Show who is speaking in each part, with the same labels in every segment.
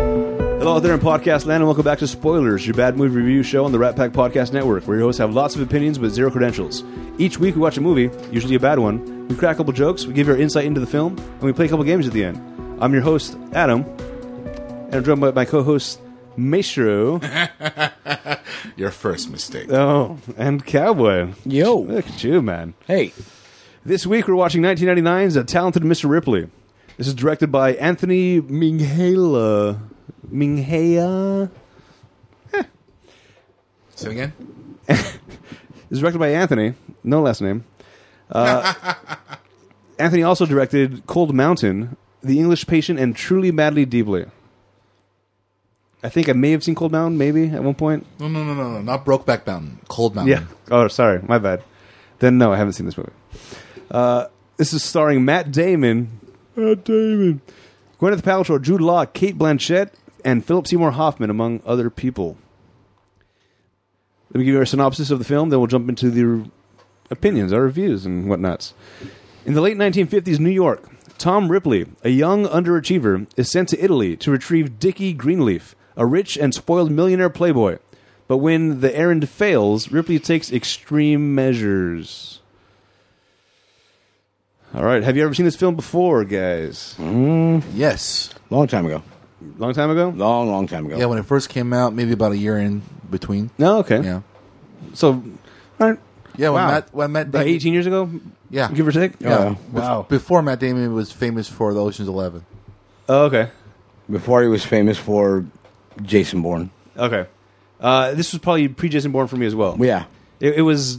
Speaker 1: Hello out there in podcast land, and welcome back to Spoilers, your bad movie review show on the Rat Pack Podcast Network, where your hosts have lots of opinions but zero credentials. Each week we watch a movie, usually a bad one. We crack a couple jokes, we give you our insight into the film, and we play a couple games at the end. I'm your host, Adam, and I'm joined by my co-host, Maestro,
Speaker 2: Your first mistake.
Speaker 1: oh, and Cowboy.
Speaker 3: Yo.
Speaker 1: Look at you, man.
Speaker 3: Hey.
Speaker 1: This week we're watching 1999's A Talented Mr. Ripley. This is directed by Anthony Minghella. Minghella?
Speaker 2: Say it again.
Speaker 1: is directed by Anthony, no last name. Uh, Anthony also directed Cold Mountain, The English Patient, and Truly Madly Deeply. I think I may have seen Cold Mountain, maybe at one point.
Speaker 2: No, no, no, no, no. Not Brokeback Mountain. Cold Mountain.
Speaker 1: Yeah. Oh, sorry, my bad. Then no, I haven't seen this movie. Uh, this is starring Matt Damon, Matt Damon, Gwyneth Paltrow, Jude Law, Kate Blanchett, and Philip Seymour Hoffman, among other people. Let me give you a synopsis of the film, then we'll jump into the opinions, our reviews, and whatnots. In the late 1950s New York, Tom Ripley, a young underachiever, is sent to Italy to retrieve Dickie Greenleaf, a rich and spoiled millionaire playboy. But when the errand fails, Ripley takes extreme measures. All right, have you ever seen this film before, guys?
Speaker 2: Yes.
Speaker 3: Long time ago.
Speaker 1: Long time ago?
Speaker 3: Long, long time ago.
Speaker 2: Yeah, when it first came out, maybe about a year in between.
Speaker 1: No, okay.
Speaker 2: Yeah.
Speaker 1: So, all right,
Speaker 2: Yeah, when
Speaker 1: Wow.
Speaker 2: Matt when Matt
Speaker 1: about
Speaker 2: Damon,
Speaker 1: 18 years ago,
Speaker 2: yeah,
Speaker 1: give or take?
Speaker 2: yeah,
Speaker 3: Oh,
Speaker 2: Bef-
Speaker 3: wow.
Speaker 2: Before Matt Damon was famous for the Ocean's Eleven.
Speaker 1: Oh, okay.
Speaker 3: Before he was famous for Jason Bourne.
Speaker 1: Okay. Uh, this was probably pre Jason Bourne for me as well.
Speaker 3: Yeah.
Speaker 1: It, it was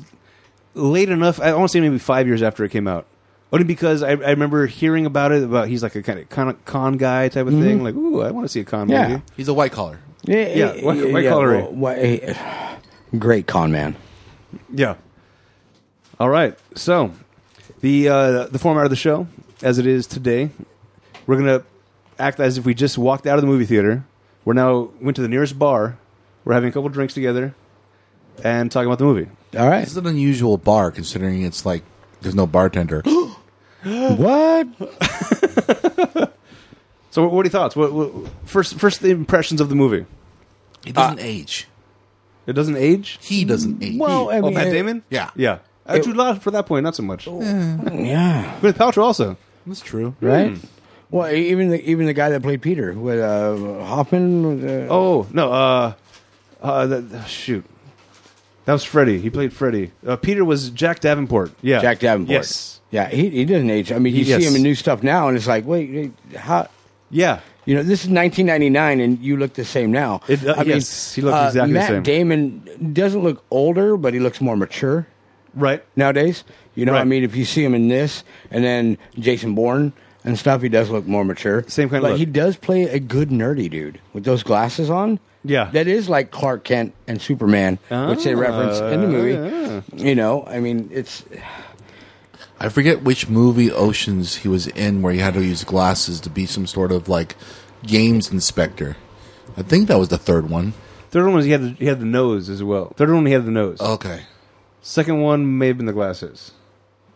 Speaker 1: late enough. I want to say maybe five years after it came out. Only because I, I remember hearing about it. About he's like a kind of con, con guy type of thing. Like, ooh, I want to see a con
Speaker 3: Yeah.
Speaker 1: movie.
Speaker 2: He's a white collar.
Speaker 3: Yeah.
Speaker 1: yeah, white- white collar.
Speaker 3: why- eh, great con man.
Speaker 1: Yeah. All right. So the uh, the format of the show, as it is today, we're gonna act as if we just walked out of the movie theater. We're now went to the nearest bar. We're having a couple drinks together and talking about the movie.
Speaker 3: All right.
Speaker 2: This is an unusual bar considering it's like there's no bartender.
Speaker 3: what?
Speaker 1: So, what, what are your thoughts? What, what first first impressions of the movie?
Speaker 2: He doesn't age.
Speaker 1: It doesn't age.
Speaker 2: He doesn't age.
Speaker 3: Well, I
Speaker 1: oh,
Speaker 3: mean, eh,
Speaker 1: Matt
Speaker 3: it-
Speaker 1: Damon.
Speaker 2: Yeah.
Speaker 1: yeah. Uh, Jude Law for that point, not so much. Gwyneth
Speaker 3: Yeah.
Speaker 1: Paltrow also.
Speaker 2: that's true.
Speaker 3: eh.
Speaker 1: Hmm.
Speaker 3: Right. Well, e- even the even the guy that played Peter, with uh, Hoffman. Uh,
Speaker 1: Oh no, uh, uh, that, uh, shoot, that was Freddie. He played Freddie. Uh, Peter was Jack Davenport. Oh, Yeah,
Speaker 3: Jack Davenport.
Speaker 1: Yes,
Speaker 3: Yeah, he, he didn't age. I mean, you
Speaker 1: Yes.
Speaker 3: see him in new stuff now, and it's like, wait, wait, how?
Speaker 1: yeah,
Speaker 3: You know, this is 1999, and you look the same now.
Speaker 1: It- uh, yes, he looks exactly the
Speaker 3: Matt
Speaker 1: same.
Speaker 3: Damon doesn't look older, but he looks more mature
Speaker 1: right.
Speaker 3: nowadays. You know,
Speaker 1: Right.
Speaker 3: I mean, if you see him in this, and then Jason Bourne and stuff, he does look more mature.
Speaker 1: Same kind of
Speaker 3: but
Speaker 1: look.
Speaker 3: he does play a good nerdy dude with those glasses on.
Speaker 1: Yeah.
Speaker 3: that is like Clark Kent and Superman, which they reference in the movie.
Speaker 1: Ah.
Speaker 3: You know, I mean, it's
Speaker 2: I forget which movie Oceans he was in where he had to use glasses to be some sort of like games inspector. I think that was the third one.
Speaker 1: Third one was he had the, he had the nose as well. Third one he had the nose.
Speaker 2: Okay.
Speaker 1: Second one may have been the glasses.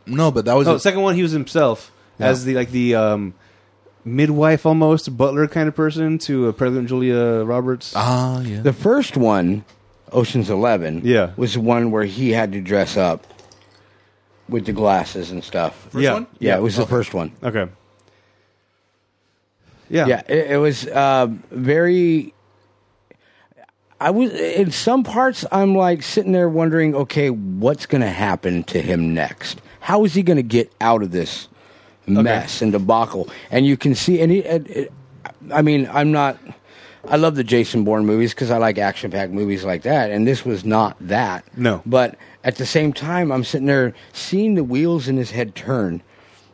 Speaker 2: No, but that was
Speaker 1: No,
Speaker 2: a-
Speaker 1: second one he was himself as the like the um, midwife almost butler kind of person to uh, President Julia Roberts.
Speaker 2: ah yeah.
Speaker 3: The first one, Ocean's Eleven,
Speaker 1: Yeah.
Speaker 3: was the one where he had to dress up with the glasses and stuff.
Speaker 2: First
Speaker 1: yeah.
Speaker 2: one?
Speaker 3: Yeah, it was the first one.
Speaker 1: Okay. Yeah.
Speaker 3: Yeah, it, it was uh, very. I was in some parts. I'm like sitting there wondering, okay, what's going to happen to him next? How is he going to get out of this mess and debacle? And you can see, and he, it, it, I mean, I'm not. I love the Jason Bourne movies because I like action-packed movies like that, and this was not that.
Speaker 1: No.
Speaker 3: but at the same time, I'm sitting there seeing the wheels in his head turn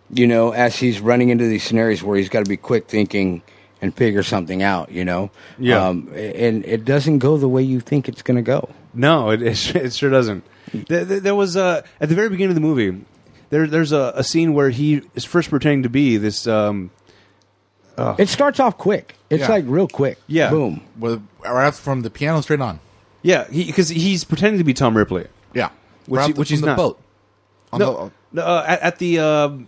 Speaker 3: you know, as he's running into these scenarios where he's got to be quick thinking and figure something out, you know?
Speaker 1: Yeah.
Speaker 3: Um, and it doesn't go the way you think it's going to go.
Speaker 1: No, it, it, sure- it sure doesn't. There, there there was uh, at the very beginning of the movie. There, there's a, a scene where he is first pretending to be this. Um,
Speaker 3: It starts off quick. It's
Speaker 2: Yeah.
Speaker 3: like real quick.
Speaker 1: Yeah.
Speaker 3: Boom.
Speaker 2: With, right from the piano straight on.
Speaker 1: yeah, because he's pretending to be Tom Ripley.
Speaker 2: Yeah.
Speaker 1: Which
Speaker 2: Right
Speaker 1: he-
Speaker 2: off the-
Speaker 1: which
Speaker 2: from
Speaker 1: he's
Speaker 3: Oh.
Speaker 2: the
Speaker 1: not.
Speaker 2: boat. On
Speaker 1: No, no, uh, at, at the um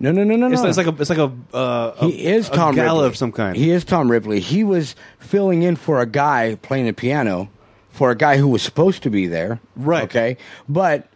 Speaker 3: No, no, no, no,
Speaker 1: It's,
Speaker 3: no.
Speaker 1: it's like a it's like a uh, a-
Speaker 3: he is
Speaker 1: a
Speaker 3: Tom
Speaker 1: gala
Speaker 3: Ripley
Speaker 1: of some kind.
Speaker 3: He is Tom Ripley. He was filling in for a guy playing the piano for a guy who was supposed to be there.
Speaker 1: Right.
Speaker 3: Okay. But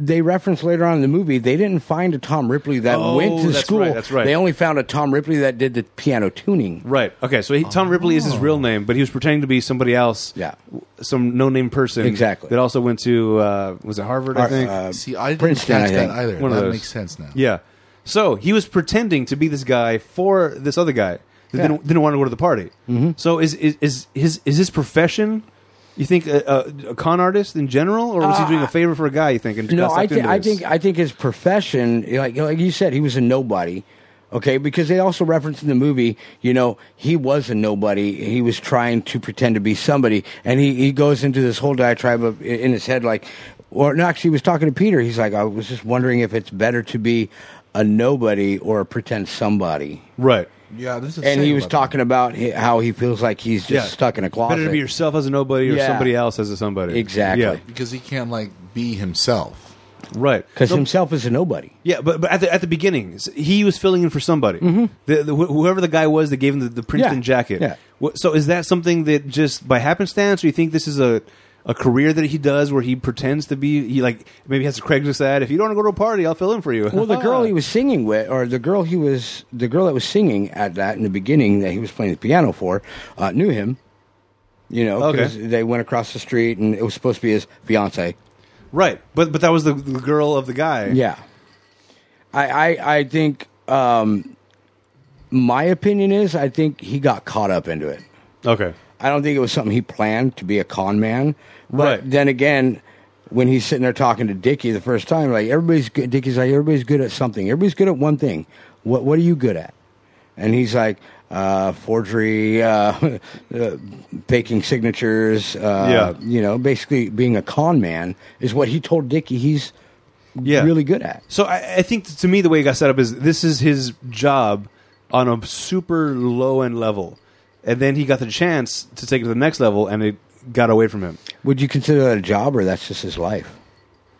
Speaker 3: they reference later on in the movie they didn't find a Tom Ripley that
Speaker 1: Oh,
Speaker 3: went to
Speaker 1: that's
Speaker 3: school.
Speaker 1: right, that's right.
Speaker 3: They only found a Tom Ripley that did the piano tuning.
Speaker 1: Right. Okay. So he, Tom Ripley is his real name, but he was pretending to be somebody else.
Speaker 3: Oh. Yeah.
Speaker 1: Some no-name person.
Speaker 3: Exactly.
Speaker 1: That also went to uh, was it Harvard? I
Speaker 3: Har-
Speaker 1: think.
Speaker 3: uh,
Speaker 2: See, I didn't
Speaker 3: Princeton,
Speaker 2: catch
Speaker 3: I
Speaker 2: that
Speaker 3: think.
Speaker 2: either.
Speaker 1: One of
Speaker 2: that
Speaker 1: those.
Speaker 2: makes sense now.
Speaker 1: yeah. So he was pretending to be this guy for this other guy that
Speaker 3: Yeah. Mm-hmm.
Speaker 1: didn't, didn't want to go to the party. So is, is is his is his profession? You think a, a, a con artist in general, or was he doing a favor for a guy? You think? And
Speaker 3: Uh, No,
Speaker 1: got
Speaker 3: I,
Speaker 1: sucked
Speaker 3: thi-
Speaker 1: into
Speaker 3: I
Speaker 1: this?
Speaker 3: think I think his profession, like like you said, he was a nobody. Okay, because they also reference in the movie, you know, he was a nobody. He was trying to pretend to be somebody, and he, he goes into this whole diatribe of, in his head, like, or no, actually, he was talking to Peter. He's like, I was just wondering if it's better to be a nobody or a pretend somebody.
Speaker 1: right.
Speaker 2: Yeah, this is
Speaker 3: And he
Speaker 2: insane
Speaker 3: was
Speaker 2: about
Speaker 3: talking about hi- how he feels like he's just stuck in a closet.
Speaker 1: Better to be yourself as a nobody, or
Speaker 3: Yeah.
Speaker 1: somebody else as a somebody.
Speaker 3: Exactly.
Speaker 1: Yeah.
Speaker 2: that. because he can't like be himself.
Speaker 1: Right.
Speaker 3: because
Speaker 1: No,
Speaker 3: himself is a nobody.
Speaker 1: Yeah, but, but at the at the beginning, s- he was filling in for somebody. The, the, wh- whoever the guy was that gave him the, the Princeton
Speaker 3: Mm-hmm. Yeah,
Speaker 1: jacket.
Speaker 3: yeah.
Speaker 1: Wh- So is that something that just by happenstance, or you think this is a a career that he does where he pretends to be? He like maybe has a Craigslist ad. If you don't want to go to a party, I'll fill in for you.
Speaker 3: Well, the girl he was singing with, or the girl he was, the girl that was singing at that in the beginning that he was playing the piano for, uh, knew him. You know,
Speaker 1: Okay.
Speaker 3: because they went across the street, and it was supposed to be his fiance.
Speaker 1: right, but but that was the, the girl of the guy.
Speaker 3: Yeah, I, I, I think um, my opinion is I think he got caught up into it.
Speaker 1: Okay.
Speaker 3: I don't think it was something he planned to be a con man. But
Speaker 1: Right.
Speaker 3: then again, when he's sitting there talking to Dickie the first time, like everybody's good. Dickie's like everybody's good at something. Everybody's good at one thing. What What are you good at? And he's like uh, forgery, uh, uh, faking signatures. Uh,
Speaker 1: Yeah.
Speaker 3: You know, basically being a con man is what he told Dickie he's
Speaker 1: Yeah.
Speaker 3: really good at.
Speaker 1: So I, I think to me the way it got set up is this is his job on a super low end level, and then he got the chance to take it to the next level, and it got away from him.
Speaker 3: Would you consider that a job or that's just his life?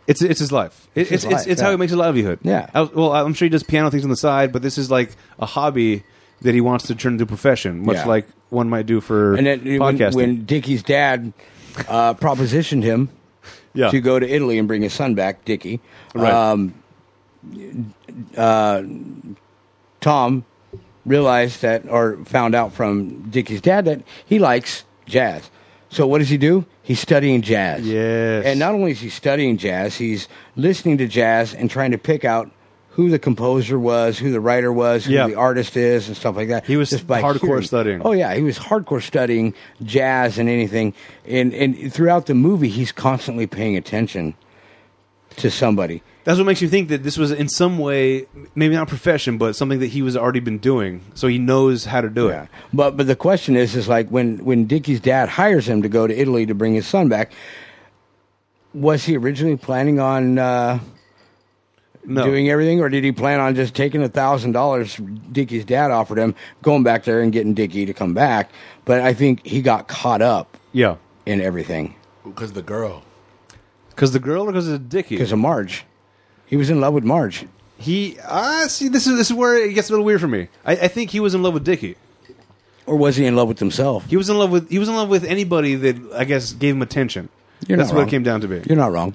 Speaker 1: It's it's his life. It, it's
Speaker 3: his
Speaker 1: it's, it's,
Speaker 3: life,
Speaker 1: how
Speaker 3: yeah.
Speaker 1: he makes a livelihood.
Speaker 3: Yeah.
Speaker 1: I was- well, I'm sure he does piano things on the side, but this is like a hobby that he wants to turn into a profession, much
Speaker 3: Yeah.
Speaker 1: like one might do for
Speaker 3: And then when,
Speaker 1: podcasting.
Speaker 3: when Dickie's dad uh, propositioned him
Speaker 1: yeah.
Speaker 3: to go to Italy and bring his son back, Dickie.
Speaker 1: Right.
Speaker 3: Um, uh, Tom realized that, or found out from Dickie's dad that he likes jazz. So what does he do? He's studying jazz.
Speaker 1: Yes.
Speaker 3: And not only is he studying jazz, he's listening to jazz and trying to pick out who the composer was, who the writer was, who
Speaker 1: Yeah.
Speaker 3: the artist is, and stuff like that.
Speaker 1: He was hardcore studying.
Speaker 3: Oh yeah, he was hardcore studying jazz and anything. And and throughout the movie, he's constantly paying attention to somebody.
Speaker 1: That's what makes you think that this was in some way, maybe not a profession, but something that he was already been doing, so he knows how to do it.
Speaker 3: But but the question is is like when when Dickie's dad hires him to go to Italy to bring his son back, was he originally planning on uh,
Speaker 1: No.
Speaker 3: doing everything, or did he plan on just taking a thousand dollars Dickie's dad offered him, going back there and getting Dickie to come back? But I think he got caught up
Speaker 1: yeah.
Speaker 3: in everything
Speaker 2: Because the girl.
Speaker 1: Because the girl or because of Dickie?
Speaker 3: because of Marge. He was in love with Marge.
Speaker 1: He, ah, see, this is this is where it gets a little weird for me. I, I think he was in love with Dickie.
Speaker 3: Or was he in love with himself?
Speaker 1: He was in love with he was in love with anybody that I guess gave him attention.
Speaker 3: You're
Speaker 1: That's
Speaker 3: not
Speaker 1: what
Speaker 3: wrong.
Speaker 1: it came down to be.
Speaker 3: You're not wrong.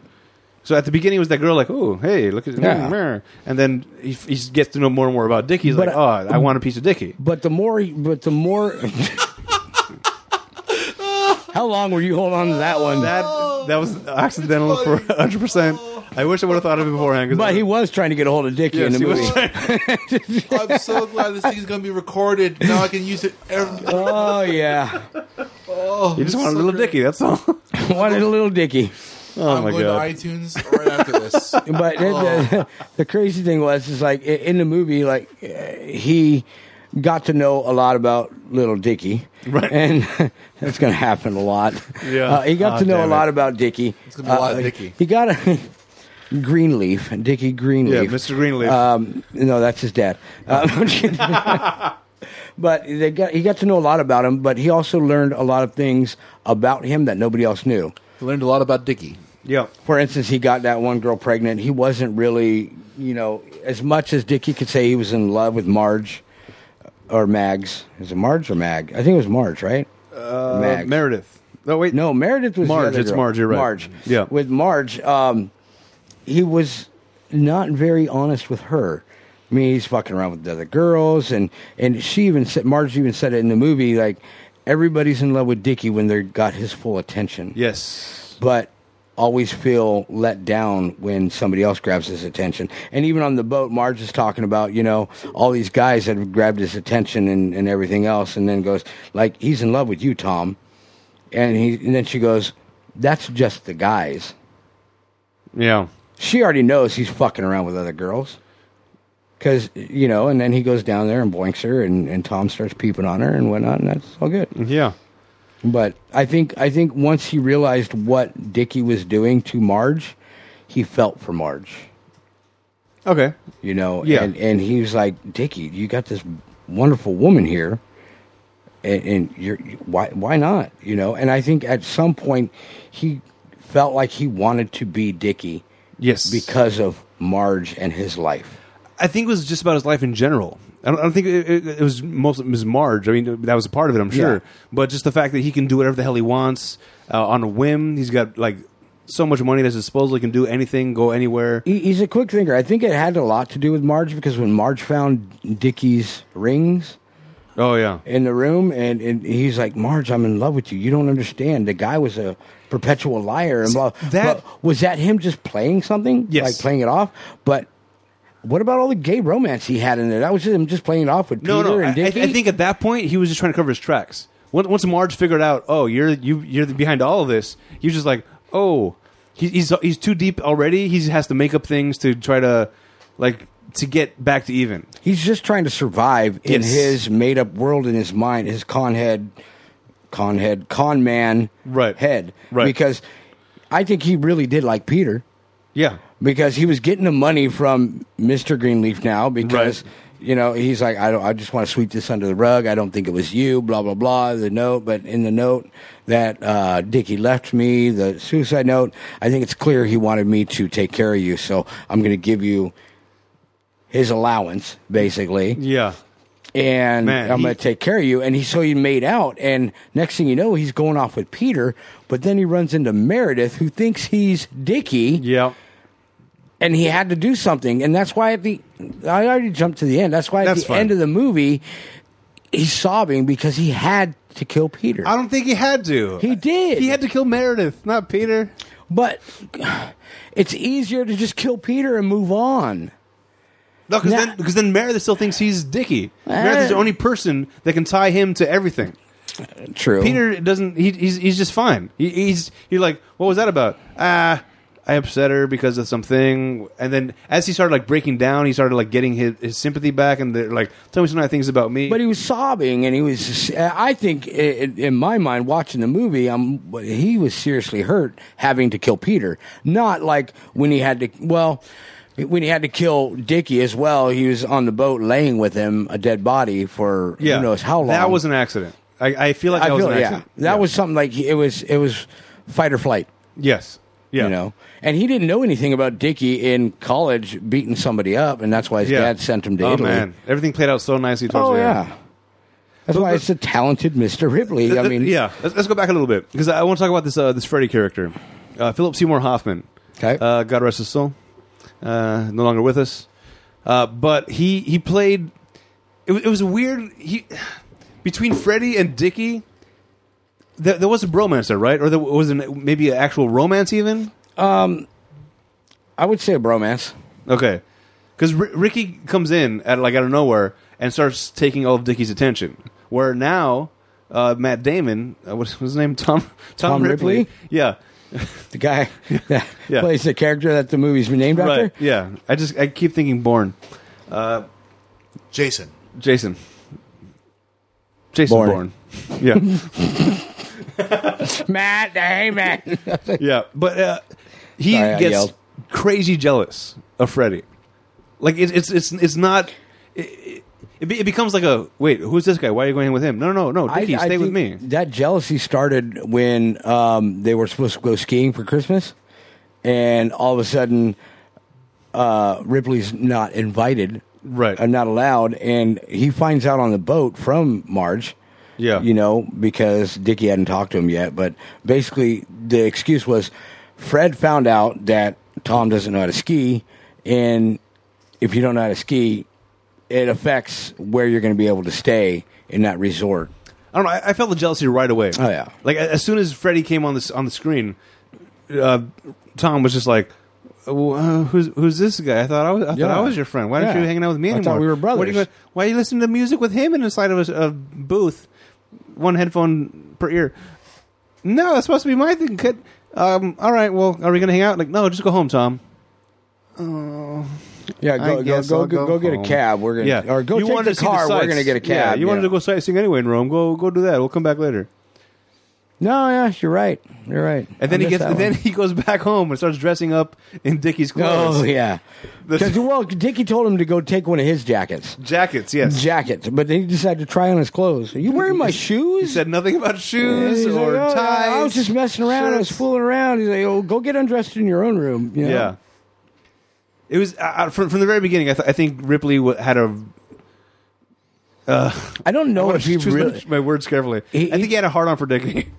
Speaker 1: So at the beginning, it was that girl like, "Oh, hey, look at
Speaker 3: Yeah.
Speaker 1: yeah. and then he, he gets to know more and more about Dickie. He's
Speaker 3: But
Speaker 1: like,
Speaker 3: I-
Speaker 1: "Oh, I want a piece of Dickie."
Speaker 3: But the more, but the more. How long were you holding on to that one?
Speaker 1: That that was accidental for hundred percent. I wish I would have thought of it beforehand. 'cause-
Speaker 3: but he was trying to get a hold of Dickie
Speaker 1: Yes,
Speaker 3: in the
Speaker 1: he was
Speaker 3: movie.
Speaker 1: trying-
Speaker 2: I'm so glad this thing's gonna be recorded. Now I can use it. Every- Oh,
Speaker 3: oh yeah,
Speaker 1: he just wanted a little Dickie. That's all. Oh
Speaker 3: wanted a little Dickie.
Speaker 1: my
Speaker 3: Oh
Speaker 2: I'm going
Speaker 1: god!
Speaker 2: to iTunes right after this.
Speaker 3: But the- the, the crazy thing was, is like i- in the movie, like uh, he got to know a lot about little Dickie,
Speaker 1: Right.
Speaker 3: And that's going to happen a lot.
Speaker 1: Yeah.
Speaker 3: uh, he got
Speaker 1: Ah,
Speaker 3: to know a
Speaker 1: damn
Speaker 3: lot
Speaker 1: it.
Speaker 3: about Dickie. It's
Speaker 2: gonna be a lot of Dickie.
Speaker 3: He got a Greenleaf, Dickie
Speaker 1: yeah,
Speaker 3: Greenleaf.
Speaker 1: Mr. Greenleaf.
Speaker 3: Um, no, that's his dad. Um, but they got, he got to know a lot about him, but he also learned a lot of things about him that nobody else knew.
Speaker 2: Learned a lot about Dickie.
Speaker 1: Yeah.
Speaker 3: for instance, he got that one girl pregnant. He wasn't really, you know, as much as Dickie could say he was in love with Marge uh, or Mags. Is it Marge or Mag? I think it was Marge, right? Uh,
Speaker 1: Uh, Meredith. No, wait.
Speaker 3: No, Meredith was the
Speaker 1: Marge,
Speaker 3: other
Speaker 1: it's
Speaker 3: girl.
Speaker 1: Marge, you're right.
Speaker 3: Marge.
Speaker 1: Yeah.
Speaker 3: With Marge, um, he was not very honest with her. I mean, he's fucking around with the other girls, and and she even said, Marge even said it in the movie, like everybody's in love with Dickie when they got his full attention
Speaker 1: Yes.
Speaker 3: but always feel let down when somebody else grabs his attention. And even on the boat, Marge is talking about, you know, all these guys that have grabbed his attention and, and everything else, and then goes, like, he's in love with you, Tom. And, he, and then she goes, that's just the guys.
Speaker 1: Yeah.
Speaker 3: She already knows he's fucking around with other girls. Because, you know, and then he goes down there and boinks her, and, and Tom starts peeping on her and whatnot, and that's all good.
Speaker 1: Yeah.
Speaker 3: But I think I think once he realized what Dickie was doing to Marge, he felt for Marge.
Speaker 1: Okay.
Speaker 3: You know,
Speaker 1: Yeah.
Speaker 3: and, and he was like, Dickie, you got this wonderful woman here and, and you're why why not? You know, and I think at some point he felt like he wanted to be Dickie
Speaker 1: Yes.
Speaker 3: because of Marge and his life.
Speaker 1: I think it was just about his life in general. I don't, I don't think it, it, it was mostly Ms. Marge. I mean, that was a part of it, I'm sure.
Speaker 3: Yeah.
Speaker 1: But just the fact that he can do whatever the hell he wants uh, on a whim. He's got like so much money at his disposal. He can do anything, go anywhere.
Speaker 3: He, he's a quick thinker. I think it had a lot to do with Marge because when Marge found Dickie's rings,
Speaker 1: Oh yeah,
Speaker 3: in the room and, and he's like, Marge, I'm in love with you. You don't understand. The guy was a perpetual liar and blah.
Speaker 1: that-
Speaker 3: but was that him just playing something?
Speaker 1: Yes.
Speaker 3: Like playing it off? But what about all the gay romance he had in there? That was him just playing it off with
Speaker 1: no,
Speaker 3: Peter
Speaker 1: no. I, I-
Speaker 3: and Dickie?
Speaker 1: I think at that point he was just trying to cover his tracks. Once, once Marge figured out, oh, you're you you're behind all of this. He was just like, oh, he, he's he's too deep already. He has to make up things to try to like to get back to even.
Speaker 3: he's just trying to survive in
Speaker 1: Yes.
Speaker 3: his made up world in his mind, his con head, con head, con man
Speaker 1: Right.
Speaker 3: head.
Speaker 1: Right.
Speaker 3: Because I think he really did like Peter.
Speaker 1: Yeah,
Speaker 3: because he was getting the money from Mr. Greenleaf now because
Speaker 1: Right.
Speaker 3: you know he's like I don't I just want to sweep this under the rug I don't think it was you blah blah blah the note but in the note that uh, Dickie left me the suicide note I think it's clear he wanted me to take care of you so I'm going to give you his allowance basically
Speaker 1: yeah.
Speaker 3: and
Speaker 1: Man,
Speaker 3: I'm
Speaker 1: he-
Speaker 3: going to take care of you. And he so he made out, and next thing you know, he's going off with Peter. But then he runs into Meredith, who thinks he's Dickie,
Speaker 1: Yeah.
Speaker 3: and he had to do something. And that's why at the I already jumped to the end. That's why at
Speaker 1: That's
Speaker 3: the
Speaker 1: fine.
Speaker 3: end of the movie, he's sobbing because he had to kill Peter.
Speaker 1: I don't think he had to.
Speaker 3: He did.
Speaker 1: He had to kill Meredith, not Peter.
Speaker 3: but it's easier to just kill Peter and move on.
Speaker 1: No, because
Speaker 3: Nah. Eh.
Speaker 1: then because then Meredith still thinks he's Dickie. Meredith's the only person that can tie him to everything.
Speaker 3: True.
Speaker 1: Peter doesn't. He, he's he's just fine. He, he's he's like, what was that about? Ah, I upset her because of something. And then as he started like breaking down, he started like getting his, his sympathy back, and they're like, tell me some nice things about me.
Speaker 3: But he was sobbing, and he was. I think, in, in my mind, watching the movie, I'm, he was seriously hurt having to kill Peter. Not like when he had to. Well, when he had to kill Dickie as well, he was on the boat laying with him, a dead body for
Speaker 1: yeah,
Speaker 3: who knows how long.
Speaker 1: That was an accident. I, I feel like that was an
Speaker 3: yeah,
Speaker 1: accident.
Speaker 3: that was something like it was. It was fight or flight.
Speaker 1: yes. Yeah.
Speaker 3: You know, and he didn't know anything about Dickie in college beating somebody up, and that's why his
Speaker 1: Yeah.
Speaker 3: dad sent him to
Speaker 1: oh,
Speaker 3: Italy.
Speaker 1: man, everything played out so nicely. Towards
Speaker 3: Oh
Speaker 1: the end.
Speaker 3: yeah. That's why
Speaker 1: the-
Speaker 3: it's a talented Mr. Ripley. I
Speaker 1: Th-
Speaker 3: mean,
Speaker 1: yeah. Let's, let's go back a little bit because I want to talk about this uh, this Freddy character, uh, Philip Seymour Hoffman.
Speaker 3: Okay.
Speaker 1: Uh, God rest his soul. Uh, no longer with us, uh, but he he played. It, wa- it was weird. He between Freddy and Dickie. There, there was a bromance there, right? Or there was an, maybe an actual romance even.
Speaker 3: I would say a bromance.
Speaker 1: Okay, because R- Ricky comes in at like out of nowhere and starts taking all of Dickie's attention. Where now, uh, Matt Damon, uh, what's his name? Tom Tom,
Speaker 3: Tom Ripley?
Speaker 1: Yeah,
Speaker 3: The guy that
Speaker 1: Yeah.
Speaker 3: plays the character that the movie's been named
Speaker 1: right.
Speaker 3: after.
Speaker 1: Yeah, I just I keep thinking Born,
Speaker 2: Jason.
Speaker 1: Jason, Jason Bourne.
Speaker 3: Bourne.
Speaker 1: Yeah,
Speaker 3: Matt Damon.
Speaker 1: yeah, but uh, he
Speaker 3: Sorry, I
Speaker 1: gets
Speaker 3: yelled.
Speaker 1: crazy jealous of Freddy. Like it's it's it's it's not. It, it, be- it becomes like a wait. Who's this guy? Why are you going in with him? No, no, no, no. Dickie, stay with
Speaker 3: think
Speaker 1: me.
Speaker 3: That jealousy started when um, they were supposed to go skiing for Christmas. and all of a sudden, uh, Ripley's not invited,
Speaker 1: Right.
Speaker 3: uh, not allowed, and he finds out on the boat from Marge.
Speaker 1: Yeah.
Speaker 3: you know, because Dickie hadn't talked to him yet. But basically, the excuse was Fred found out that Tom doesn't know how to ski, and if you don't know how to ski, it affects where you're going to be able to stay in that resort.
Speaker 1: I don't know. I, I felt the jealousy right away.
Speaker 3: Oh, yeah.
Speaker 1: Like a- as soon as Freddie came on this on the screen, uh, Tom was just like, "Well, uh, "Who's who's this guy? I thought I was. I thought
Speaker 3: Yeah.
Speaker 1: I was your friend. Why aren't
Speaker 3: Yeah.
Speaker 1: you hanging out with me
Speaker 3: I
Speaker 1: anymore?
Speaker 3: thought we were
Speaker 1: What are you,
Speaker 3: brothers."
Speaker 1: why are you listening to music with him inside of a, a booth, one headphone per ear? No, that's supposed to be my thing. Kid. Um, all right. Well, are we gonna hang out? Like, no, just go home, Tom.
Speaker 3: Yeah,
Speaker 1: I
Speaker 3: go go
Speaker 1: guess
Speaker 3: go,
Speaker 1: I'll
Speaker 3: go,
Speaker 1: go
Speaker 3: get a
Speaker 1: home.
Speaker 3: cab. We're gonna
Speaker 1: Yeah,
Speaker 3: or go
Speaker 1: you
Speaker 3: take
Speaker 1: wanted
Speaker 3: the
Speaker 1: to see
Speaker 3: car. we're
Speaker 1: sights.
Speaker 3: gonna get a
Speaker 1: Yeah,
Speaker 3: cab.
Speaker 1: you wanted to go sightseeing anyway in Rome. Go go do that. We'll come back later.
Speaker 3: No, yeah, you're right. You're right.
Speaker 1: And then
Speaker 3: I
Speaker 1: he
Speaker 3: missed
Speaker 1: gets.
Speaker 3: that
Speaker 1: And then
Speaker 3: one.
Speaker 1: he goes back home and starts dressing up in Dickie's clothes.
Speaker 3: Oh yeah,
Speaker 1: The-
Speaker 3: 'Cause, well, Dickie told him to go take one of his jackets.
Speaker 1: Jackets, yes.
Speaker 3: Jackets, but then he decided to try on his clothes. Are you wearing my shoes?
Speaker 1: He said nothing about shoes
Speaker 3: He's
Speaker 1: or
Speaker 3: like, "Oh,
Speaker 1: ties.
Speaker 3: I was just messing around. I was
Speaker 1: shirts."
Speaker 3: fooling around. He's like, "Oh, go get undressed in your own room." you know?
Speaker 1: Yeah. It was uh, from from the very beginning. I, th- I think Ripley w- had a.
Speaker 3: I don't know
Speaker 1: I
Speaker 3: if he
Speaker 1: choose
Speaker 3: Oh, really.
Speaker 1: my, my words carefully.
Speaker 3: He-
Speaker 1: I think he had a hard on for Dickie.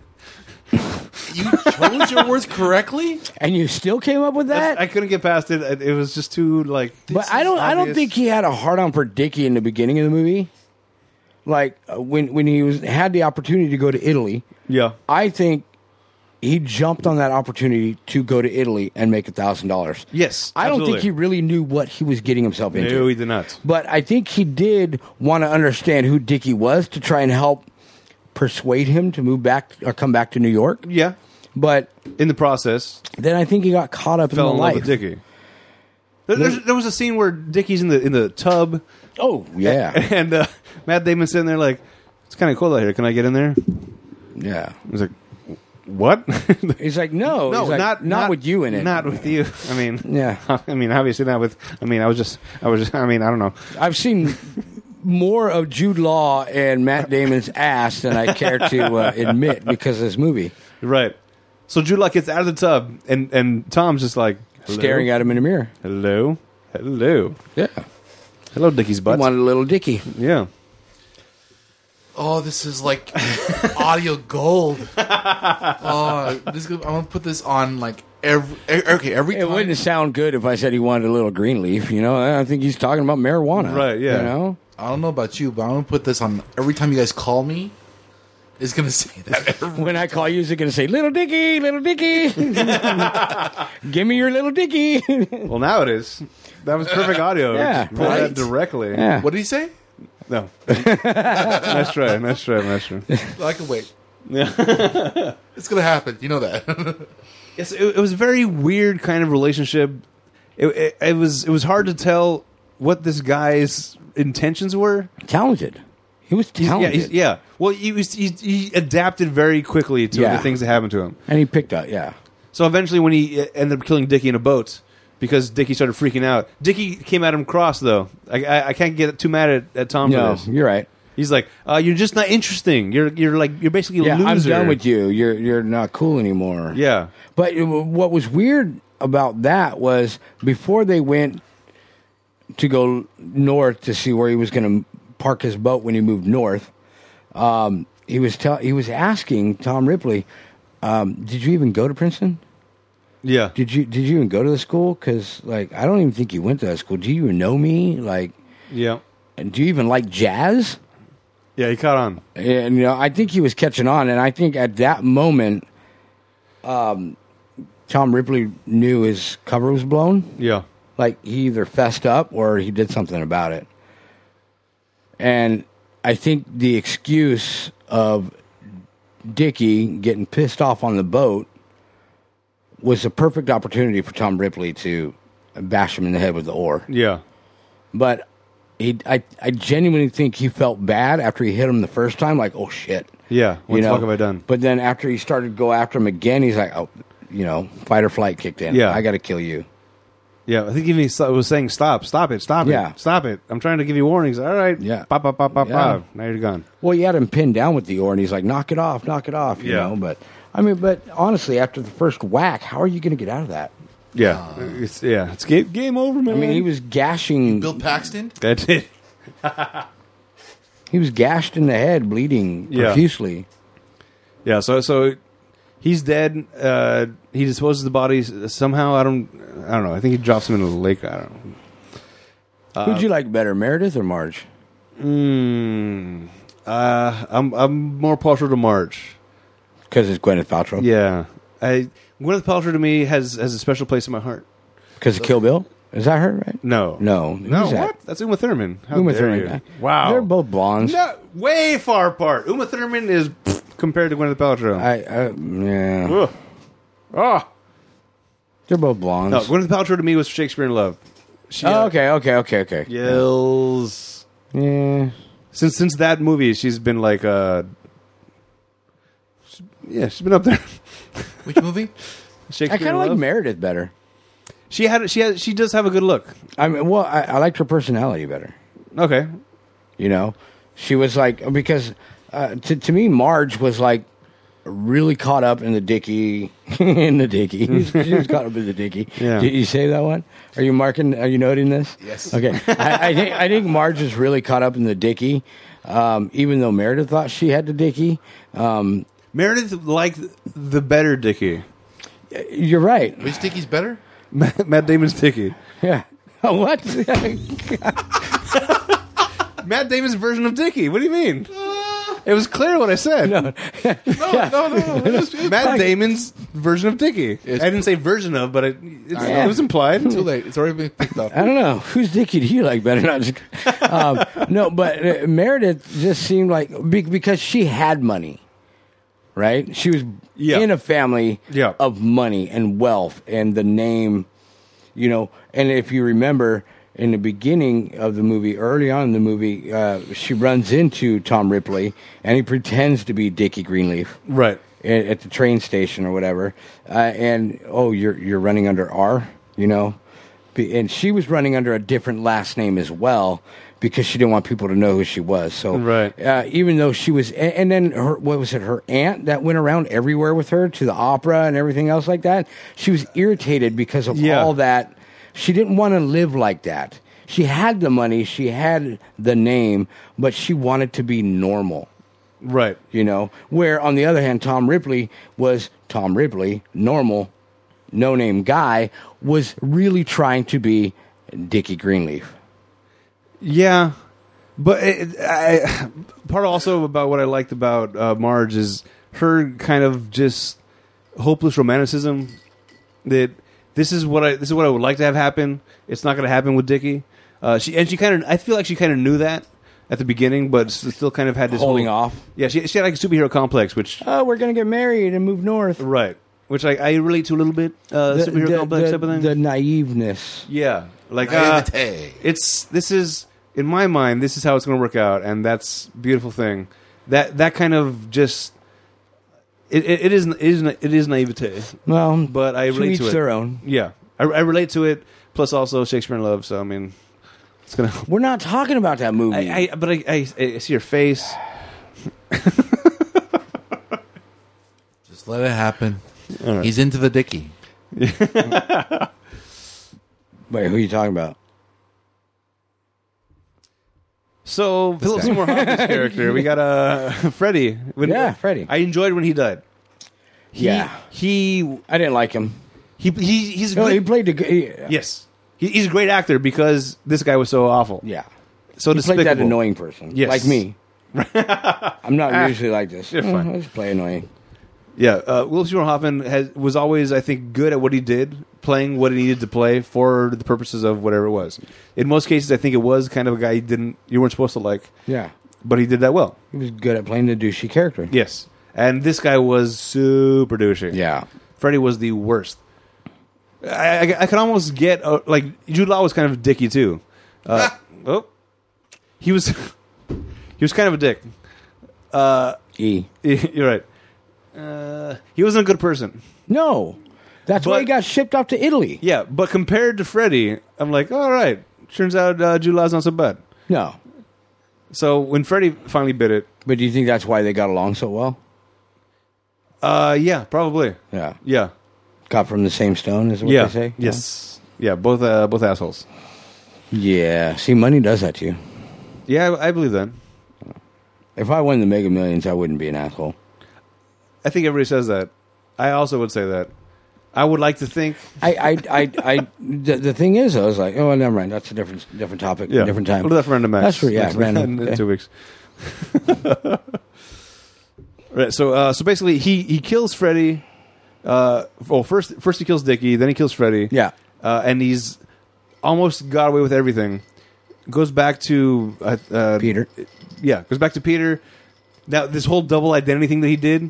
Speaker 2: You chose your words correctly.
Speaker 3: And you still came up with that.
Speaker 1: I couldn't get past it. It- It was just too like.
Speaker 3: But I don't. I don't
Speaker 1: obvious.
Speaker 3: think he had a hard on for Dickie in the beginning of the movie. Like uh, when when he was had the opportunity to go to Italy,
Speaker 1: Yeah.
Speaker 3: I think he jumped on that opportunity to go to Italy and make a thousand dollars.
Speaker 1: Yes,
Speaker 3: I don't
Speaker 1: absolutely.
Speaker 3: think he really knew what he was getting himself into.
Speaker 1: No, he did not.
Speaker 3: But I think he did want to understand who Dickie was to try and help persuade him to move back or come back to New York.
Speaker 1: Yeah.
Speaker 3: But
Speaker 1: In the process,
Speaker 3: then I think he got caught up
Speaker 1: fell
Speaker 3: in
Speaker 1: in
Speaker 3: the
Speaker 1: love
Speaker 3: life.
Speaker 1: with Dickie. There, there's- there was a scene where Dickie's in the in the tub,
Speaker 3: Oh yeah,
Speaker 1: and uh, Matt Damon's sitting there like, "It's kind of cold out here. Can I get in there?"
Speaker 3: yeah.
Speaker 1: He's like, "What?"
Speaker 3: He's like, no, he's like, not, with you in it.
Speaker 1: Not with you. I mean,
Speaker 3: Yeah.
Speaker 1: I mean, obviously not with. I mean, I was just, I was just. I mean, I don't know.
Speaker 3: I've seen more of Jude Law and Matt Damon's ass than I care to uh, admit because of this movie.
Speaker 1: Right. So Jude Law gets out of the tub, and and Tom's just like hello?
Speaker 3: Staring at him in the mirror.
Speaker 1: Hello, hello,
Speaker 3: Yeah,
Speaker 1: hello, Dickie's
Speaker 3: I
Speaker 1: butt.
Speaker 3: wanted a little Dicky.
Speaker 1: yeah.
Speaker 2: Oh, this is like audio gold. Oh, this is gonna, I'm gonna put this on like every e- okay every
Speaker 3: It
Speaker 2: time.
Speaker 3: wouldn't sound good if I said he wanted a little green leaf. You know, I think he's talking about marijuana.
Speaker 1: Right, yeah.
Speaker 3: You know.
Speaker 2: I don't know about you, but I'm gonna put this on every time you guys call me. It's gonna say that.
Speaker 1: Uh-huh.
Speaker 3: When I call you, is it going to say, Little Dicky, Little Dicky? Give me your Little Dicky.
Speaker 1: Well, now it is. That was perfect audio.
Speaker 3: Yeah,
Speaker 1: Just pull
Speaker 2: right.
Speaker 1: that directly.
Speaker 3: yeah.
Speaker 2: What did he say?
Speaker 1: No. nice try. Nice try. Nice try.
Speaker 2: I can wait.
Speaker 1: Yeah.
Speaker 2: It's gonna happen. You know that.
Speaker 1: Yes, it, it was a very weird kind of relationship. It, it, it was it was hard to tell what this guy's intentions were.
Speaker 3: Talented. He was
Speaker 1: Yeah,
Speaker 3: talented.
Speaker 1: he's, yeah. Well, he, was, he he adapted very quickly to
Speaker 3: Yeah.
Speaker 1: the things that happened to him.
Speaker 3: And he picked up, yeah.
Speaker 1: So eventually, when he uh, ended up killing Dickie in a boat because Dickie started freaking out, Dickie came at him cross though. I, I, I can't get too mad at, at Tom for
Speaker 3: No,
Speaker 1: this.
Speaker 3: you're right.
Speaker 1: He's like, uh, "You're just not interesting. You're you're like you're basically a
Speaker 3: Yeah, I'm
Speaker 1: loser."
Speaker 3: done with you. You're you're not cool anymore.
Speaker 1: Yeah,
Speaker 3: But it- what was weird about that was before they went to go north to see where he was going to park his boat when he moved north, um, he was tell he was asking Tom Ripley, um, "Did you even go to Princeton?
Speaker 1: yeah.
Speaker 3: Did you did you even go to the school? Because like I don't even think you went to that school. Do you even know me? Like,
Speaker 1: Yeah,
Speaker 3: and do you even like jazz?"
Speaker 1: yeah. He caught on.
Speaker 3: and you know I think he was catching on, and I think at that moment, um, Tom Ripley knew his cover was blown.
Speaker 1: Yeah,
Speaker 3: Like he either fessed up or he did something about it. And I think the excuse of Dickie getting pissed off on the boat was a perfect opportunity for Tom Ripley to bash him in the head with the oar
Speaker 1: yeah.
Speaker 3: but he, I, I genuinely think he felt bad after he hit him the first time, like, oh shit.
Speaker 1: Yeah, what the fuck have I done?
Speaker 3: But then after he started to go after him again, he's like, oh, you know, fight or flight kicked in.
Speaker 1: Yeah.
Speaker 3: I got to kill you.
Speaker 1: Yeah, I think even he st- was saying, "Stop! Stop it! Stop
Speaker 3: Yeah.
Speaker 1: it! Stop it! I'm trying to give you warnings." All right.
Speaker 3: Yeah.
Speaker 1: Pop, pop, pop, pop,
Speaker 3: Yeah.
Speaker 1: pop. Now you're gone.
Speaker 3: Well, he had him pinned down with the oar, and he's like, knock it off, knock it off, you
Speaker 1: Yeah.
Speaker 3: know. But I mean, but honestly, after the first whack, how are you going to get out of that?
Speaker 1: Yeah, it's, yeah, it's game, game over, man.
Speaker 3: Uh. I mean, he was gashing.
Speaker 2: Bill Paxton.
Speaker 1: that's it.
Speaker 3: He was gashed in the head, bleeding
Speaker 1: Yeah.
Speaker 3: profusely.
Speaker 1: Yeah, so so he's dead. Uh, he disposes of the bodies somehow. I don't, I don't know. I think he drops him into the lake. I don't. know. Uh,
Speaker 3: Who'd you like better, Meredith or Marge?
Speaker 1: Mm, uh, I'm I'm more partial to March.
Speaker 3: Because it's Gwyneth Paltrow.
Speaker 1: Yeah, I Gwyneth Paltrow to me has has a special place in my heart.
Speaker 3: Because of Kill Bill. Is that her? Right?
Speaker 1: No,
Speaker 3: No.
Speaker 1: no.
Speaker 3: Who's that?
Speaker 1: What? That's Uma Thurman. How
Speaker 3: Uma
Speaker 1: dare
Speaker 3: Thurman.
Speaker 1: you.
Speaker 3: I- They're both blondes.
Speaker 1: No, way far apart. Uma Thurman is pfft, compared to Gwyneth Paltrow.
Speaker 3: I, I yeah.
Speaker 1: Ugh. Ah.
Speaker 3: They're both blondes.
Speaker 1: No, Gwyneth Paltrow to me was Shakespeare in Love. She
Speaker 3: Oh,
Speaker 1: uh,
Speaker 3: okay, okay, okay, okay.
Speaker 1: yells
Speaker 3: Yeah.
Speaker 1: since since that movie. She's been like uh, yeah, she's been up there.
Speaker 2: Which movie?
Speaker 1: Shakespeare
Speaker 3: I kind
Speaker 1: in
Speaker 3: of like
Speaker 1: Love.
Speaker 3: Meredith better.
Speaker 1: She had she had she does have a good look.
Speaker 3: I mean, well, I, I liked her personality better.
Speaker 1: Okay,
Speaker 3: You know, she was like because uh, to to me, Marge was like really caught up in the dicky in the dicky. she was caught up in the dicky.
Speaker 1: Yeah.
Speaker 3: Did you say that one? Are you marking? Are you noting this?
Speaker 2: Yes.
Speaker 3: Okay. I, I think I think Marge was really caught up in the dicky. Um, even though Meredith thought she had the dicky, um,
Speaker 1: Meredith liked the better Dicky.
Speaker 3: you're right.
Speaker 2: Which Dickie's better?
Speaker 1: Matt, Matt Damon's Dicky.
Speaker 3: Yeah. what?
Speaker 1: Matt Damon's version of Dicky. What do you mean? It was clear what I said.
Speaker 2: Uh, No, no, no. no. It's, it's
Speaker 1: Matt Damon's version of Dicky. I didn't say version of, but it, it's,
Speaker 3: know.
Speaker 1: it was implied.
Speaker 2: too late. It's already been picked up.
Speaker 3: I don't know whose dicky do you like better. No, I'm just- um, no, but uh, Meredith just seemed like be- because she had money, right? She was
Speaker 1: Yeah.
Speaker 3: in a family
Speaker 1: Yeah.
Speaker 3: of money and wealth and the name, you know. And if you remember in the beginning of the movie, early on in the movie, uh, she runs into Tom Ripley and he pretends to be Dickie Greenleaf.
Speaker 1: Right.
Speaker 3: at, at the train station or whatever, uh, and oh, you're you're running under R, you know, Be, and she was running under a different last name as well because she didn't want people to know who she was. So
Speaker 1: Right.
Speaker 3: uh, even though she was, and, and then her what was it, her aunt that went around everywhere with her to the opera and everything else like that. She was irritated because of
Speaker 1: Yeah.
Speaker 3: all that. She didn't want to live like that. She had the money, she had the name, but she wanted to be normal
Speaker 1: Right.
Speaker 3: you know. Where on the other hand, Tom Ripley was Tom Ripley, normal, no name guy, was really trying to be Dickie Greenleaf.
Speaker 1: Yeah, but it, I, part also about what I liked about uh, Marge is her kind of just hopeless romanticism. That this is what I this is what I would like to have happen. It's not going to happen with Dickie. Uh, she and she kind of I feel like she kind of knew that at the beginning, but s- still kind of had this
Speaker 3: Holding
Speaker 1: whole-
Speaker 3: off.
Speaker 1: Yeah, she she had like a superhero complex, which
Speaker 3: Oh, we're gonna get married and move north.
Speaker 1: right, which I, I relate to a little bit. Uh, superhero complex type of thing.
Speaker 3: the naiveness.
Speaker 1: Yeah, like uh,
Speaker 2: Naivete.
Speaker 1: it's this is in my mind this is how it's going to work out, and that's a beautiful thing. That that kind of just it it, it is it is it is naivete,
Speaker 3: Well,
Speaker 1: but I
Speaker 3: to
Speaker 1: relate
Speaker 3: each
Speaker 1: to it.
Speaker 3: their own.
Speaker 1: Yeah, I, I relate to it. Plus, also Shakespeare in Love. So I mean, it's gonna.
Speaker 3: We're not talking about that movie.
Speaker 1: I, I but I, I I see your face.
Speaker 2: Just let it happen. He's into the Dickie.
Speaker 3: Wait, who are you talking about?
Speaker 1: So Philip
Speaker 2: guy.
Speaker 1: Seymour Hoffman's character, we got uh Freddie. When-
Speaker 3: Yeah, Freddie.
Speaker 1: I enjoyed when he died. He-
Speaker 3: yeah,
Speaker 1: he
Speaker 3: I didn't like him.
Speaker 1: he he he's a
Speaker 3: No,
Speaker 1: good-
Speaker 3: he played the. g- He, yeah,
Speaker 1: Yes. He, he's a great actor because this guy was so awful.
Speaker 3: yeah.
Speaker 1: So
Speaker 3: He
Speaker 1: despicable.
Speaker 3: played that annoying person,
Speaker 1: Yes. Ah,
Speaker 3: like me. I'm not usually like this.
Speaker 1: you're fine.
Speaker 3: Mm, I just play annoying.
Speaker 1: Yeah. Uh, Will Seymour Hoffman has, was always, I think, good at what he did, playing what he needed to play for the purposes of whatever it was. In most cases, I think it was kind of a guy you didn't, you weren't supposed to like,
Speaker 3: Yeah.
Speaker 1: but he did that well.
Speaker 3: He was good at playing the douchey character.
Speaker 1: Yes. And this guy was super douchey.
Speaker 3: Yeah.
Speaker 1: Freddie was the worst. I, I, I could almost get uh, like Jude Law was kind of dicky too. Uh, oh, he was he was kind of a dick.
Speaker 3: E.
Speaker 1: You're right. Uh, he wasn't a good person.
Speaker 3: No. That's why
Speaker 1: But-
Speaker 3: he got shipped off to Italy.
Speaker 1: Yeah, but compared to Freddy, I'm like, all right. Turns out uh, Jude Law's not so bad.
Speaker 3: No.
Speaker 1: So when Freddy finally bit it,
Speaker 3: But do you think that's why they got along so well?
Speaker 1: uh, yeah, probably.
Speaker 3: Yeah.
Speaker 1: Yeah.
Speaker 3: Got from the same stone, is what
Speaker 1: yeah.
Speaker 3: they say?
Speaker 1: Yes. Yeah. Both. Uh, both assholes.
Speaker 3: Yeah. See, money does that to you.
Speaker 1: Yeah, I, I believe that.
Speaker 3: If I won the Mega Millions, I wouldn't be an asshole.
Speaker 1: I think everybody says that. I also would say that. I would like to think.
Speaker 3: I, I, I, I the, the thing is, I was like, oh, never mind. That's a different, different topic,
Speaker 1: Yeah.
Speaker 3: different time.
Speaker 1: We'll do that for random max.
Speaker 3: That's for- yeah,
Speaker 1: Next week.
Speaker 3: random.
Speaker 1: in,
Speaker 3: Okay.
Speaker 1: two weeks. right. So uh, so basically, he he kills Freddy. Uh, well, first first he kills Dickie, then he kills Freddy.
Speaker 3: Yeah.
Speaker 1: Uh, and he's almost got away with everything. Goes back to uh, uh,
Speaker 3: Peter.
Speaker 1: yeah, goes back to Peter. Now this whole double identity thing that he did,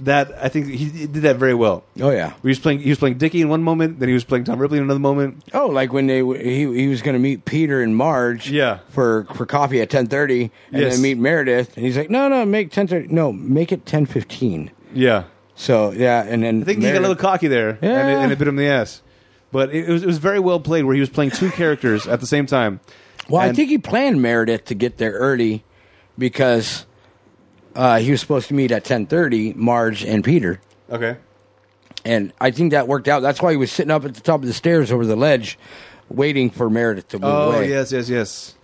Speaker 1: that I think he he did that very well.
Speaker 3: Oh yeah.
Speaker 1: He was playing he was playing Dickie in one moment, then he was playing Tom Ripley in another moment.
Speaker 3: Oh, like when they he he was going to meet Peter and Marge.
Speaker 1: Yeah.
Speaker 3: For for coffee at ten thirty, and
Speaker 1: Yes.
Speaker 3: then meet Meredith, and he's like, no, no, make ten thirty. No, make it ten fifteen.
Speaker 1: Yeah,
Speaker 3: So yeah, and then
Speaker 1: I think he got a little cocky there, and, it,
Speaker 3: Yeah.
Speaker 1: and it bit him in the ass. But it, it was it was very well played, where he was playing two characters at the same time.
Speaker 3: Well, I
Speaker 1: And-
Speaker 3: think he planned Meredith to get there early because uh, he was supposed to meet at ten thirty, Marge and Peter,
Speaker 1: Okay.
Speaker 3: and I think that worked out. That's why he was sitting up at the top of the stairs over the ledge, waiting for Meredith to move
Speaker 1: Oh
Speaker 3: away.
Speaker 1: yes, yes, yes.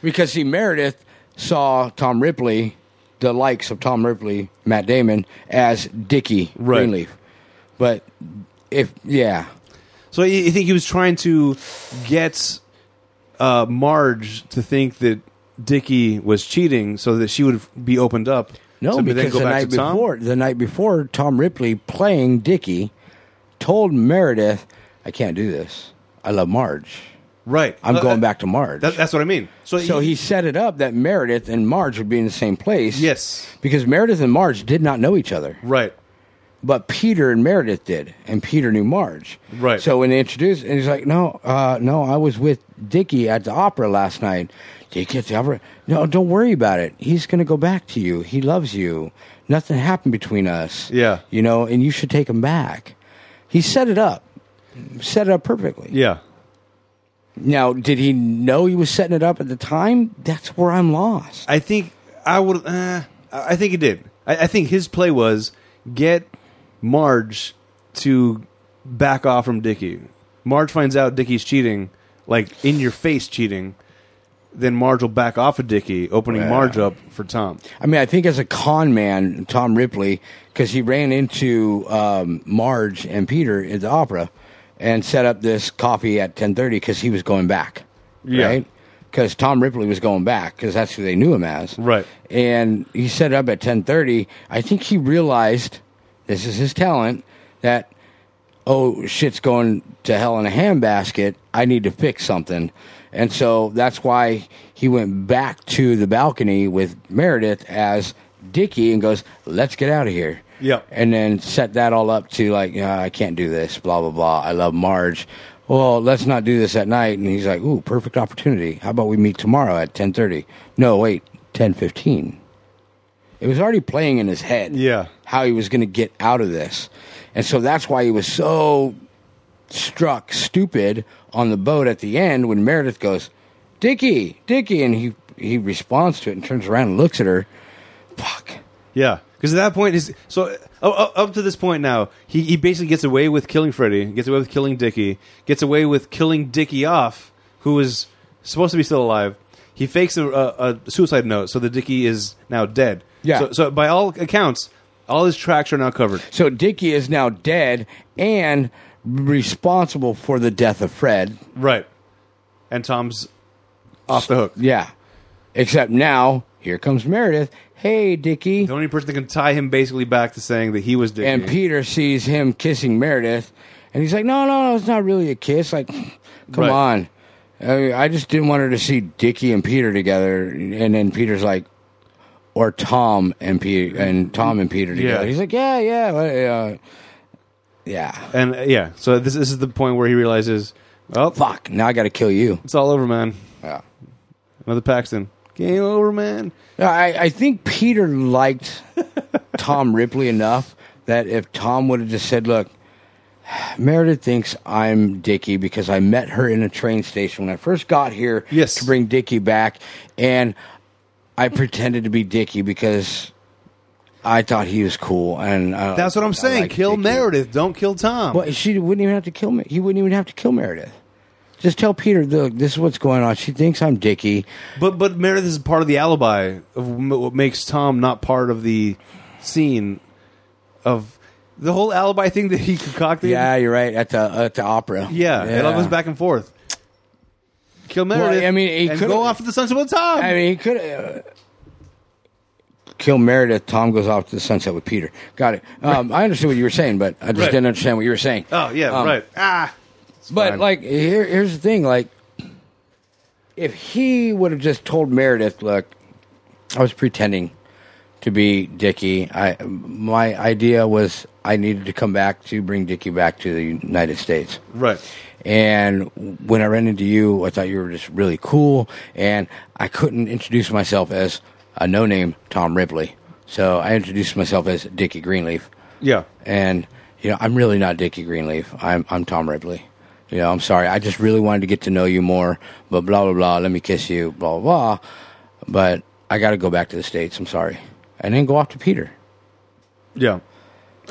Speaker 3: Because see, Meredith saw Tom Ripley, the likes of Tom Ripley, Matt Damon, as Dickie
Speaker 1: Right.
Speaker 3: Greenleaf. But if yeah,
Speaker 1: So you, you think he was trying to get uh, Marge to think that Dickie was cheating, so that she would be opened up.
Speaker 3: no,
Speaker 1: so they
Speaker 3: because the night
Speaker 1: Tom?
Speaker 3: before, the night before, Tom Ripley playing Dickie told Meredith, "I can't do this. I love Marge.
Speaker 1: right?
Speaker 3: I'm
Speaker 1: Uh,
Speaker 3: going
Speaker 1: uh,
Speaker 3: back to Marge."
Speaker 1: That, that's what I mean. So,
Speaker 3: so he set it up that Meredith and Marge would be in the same place.
Speaker 1: yes,
Speaker 3: Because Meredith and Marge did not know each other.
Speaker 1: right,
Speaker 3: but Peter and Meredith did, and Peter knew Marge.
Speaker 1: Right.
Speaker 3: So when they introduced, and he's like, "No, uh, no, I was with Dickie at the opera last night. Dickie at the opera. No, don't worry about it. He's going to go back to you. He loves you. Nothing happened between us.
Speaker 1: Yeah.
Speaker 3: You know, and you should take him back. He set it up, set it up perfectly.
Speaker 1: yeah.
Speaker 3: Now, did he know he was setting it up at the time? That's where I'm lost.
Speaker 1: I think I would. Uh, I think he did. I, I think his play was get Marge to back off from Dickie. Marge finds out Dickie's cheating, like in your face cheating. Then Marge will back off of Dickie, opening
Speaker 3: Yeah.
Speaker 1: Marge up for Tom.
Speaker 3: I mean, I think as a con man, Tom Ripley, because he ran into um, Marge and Peter at the opera and set up this coffee at 10.30 because he was going back,
Speaker 1: Yeah.
Speaker 3: right? Because Tom Ripley was going back because that's who they knew him as.
Speaker 1: Right.
Speaker 3: And he set up at 10.30. I think he realized, this is his talent, that, oh, shit's going to hell in a handbasket. I need to fix something. And so that's why he went back to the balcony with Meredith as Dickie and goes, let's get out of here.
Speaker 1: Yep.
Speaker 3: And then set that all up to like, "Yeah, I can't do this, blah, blah, blah. I love Marge. Well, let's not do this at night. And he's like, ooh, perfect opportunity. How about we meet tomorrow at 1030? No, wait, 1015. It was already playing in his head.
Speaker 1: Yeah.
Speaker 3: How he was going to get out of this. And so that's why he was so struck stupid on the boat at the end when Meredith goes, Dickie, Dickie. And he, he responds to it and turns around and looks at her. Fuck.
Speaker 1: Yeah, because at that point is so uh, up up to this point now he, he basically gets away with killing Freddy, gets away with killing Dickie, gets away with killing Dickie off, who was supposed to be still alive. He fakes a, a, a suicide note so that Dickie is now dead.
Speaker 3: Yeah.
Speaker 1: So, so by all accounts, all his tracks are now covered.
Speaker 3: So Dickie is now dead and responsible for the death of Fred.
Speaker 1: Right. And Tom's off the hook.
Speaker 3: Yeah. Except now, here comes Meredith. Hey, Dickie.
Speaker 1: The only person that can tie him basically back to saying that he was Dickie.
Speaker 3: And Peter sees him kissing Meredith, and he's like, "No, no, no, it's not really a kiss. Like, come
Speaker 1: Right.
Speaker 3: on." I, mean, I just didn't want her to see Dickie and Peter together, and then Peter's like, or Tom and Peter and Tom and Peter together.
Speaker 1: Yeah.
Speaker 3: He's like, "Yeah, yeah, well, uh, yeah."
Speaker 1: and uh, yeah, so this this is the point where he realizes, well,
Speaker 3: Fuck! Now I got to kill you.
Speaker 1: it's all over, man.
Speaker 3: Yeah.
Speaker 1: Another Paxton. Game over, man.
Speaker 3: I, I think Peter liked Tom Ripley enough that if Tom would have just said, "Look, Meredith thinks I'm Dickie because I met her in a train station when I first got here
Speaker 1: Yes.
Speaker 3: to bring Dickie back, and I pretended to be Dickie because I thought he was cool, and uh,
Speaker 1: That's what
Speaker 3: I
Speaker 1: I'm saying.
Speaker 3: liked
Speaker 1: kill
Speaker 3: Dickie.
Speaker 1: Meredith. Don't kill Tom.
Speaker 3: Well, she wouldn't even have to kill me. He wouldn't even have to kill Meredith. Just tell Peter, look, this is what's going on. She thinks I'm Dickie.
Speaker 1: But but Meredith is part of the alibi of m- what makes Tom not part of the scene of the whole alibi thing that he concocted.
Speaker 3: Yeah, you're right. At the at the opera.
Speaker 1: yeah. It all goes back and forth. Kill Meredith.
Speaker 3: I mean, he
Speaker 1: and
Speaker 3: could've-
Speaker 1: go off to the sunset with Tom.
Speaker 3: I mean, he could uh, kill Meredith. Tom goes off to the sunset with Peter. Got it. Um, I understood what you were saying, but I just
Speaker 1: Right.
Speaker 3: didn't understand what you were saying.
Speaker 1: oh yeah,
Speaker 3: Um,
Speaker 1: right. Ah,
Speaker 3: But
Speaker 1: fine.
Speaker 3: like, here, here's the thing: like, if he would have just told Meredith, "Look, I was pretending to be Dickie. I my idea was I needed to come back to bring Dickie back to the United States."
Speaker 1: right.
Speaker 3: And when I ran into you, I thought you were just really cool. And I couldn't introduce myself as a no name Tom Ripley. So I introduced myself as Dickie Greenleaf.
Speaker 1: Yeah.
Speaker 3: And, you know, I'm really not Dickie Greenleaf. I'm, I'm Tom Ripley. You know, I'm sorry. I just really wanted to get to know you more. But blah, blah, blah. Let me kiss you. Blah, blah, blah. But I got to go back to the States. I'm sorry. And then go off to Peter.
Speaker 1: Yeah.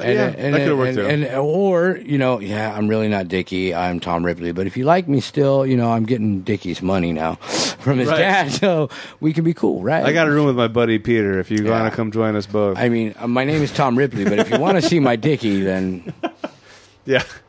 Speaker 3: And,
Speaker 1: yeah,
Speaker 3: and-
Speaker 1: that could have worked
Speaker 3: and-
Speaker 1: out.
Speaker 3: and- or you know, yeah, I'm really not Dickie. I'm Tom Ripley. But if you like me still, you know, I'm getting Dickie's money now from his
Speaker 1: Right.
Speaker 3: dad, so we can be cool, right?
Speaker 1: I got a room with my buddy Peter. If you want
Speaker 3: Yeah.
Speaker 1: to come join us both,
Speaker 3: I mean, uh, my name is Tom Ripley, but if you want to see my Dickie, then
Speaker 1: yeah. If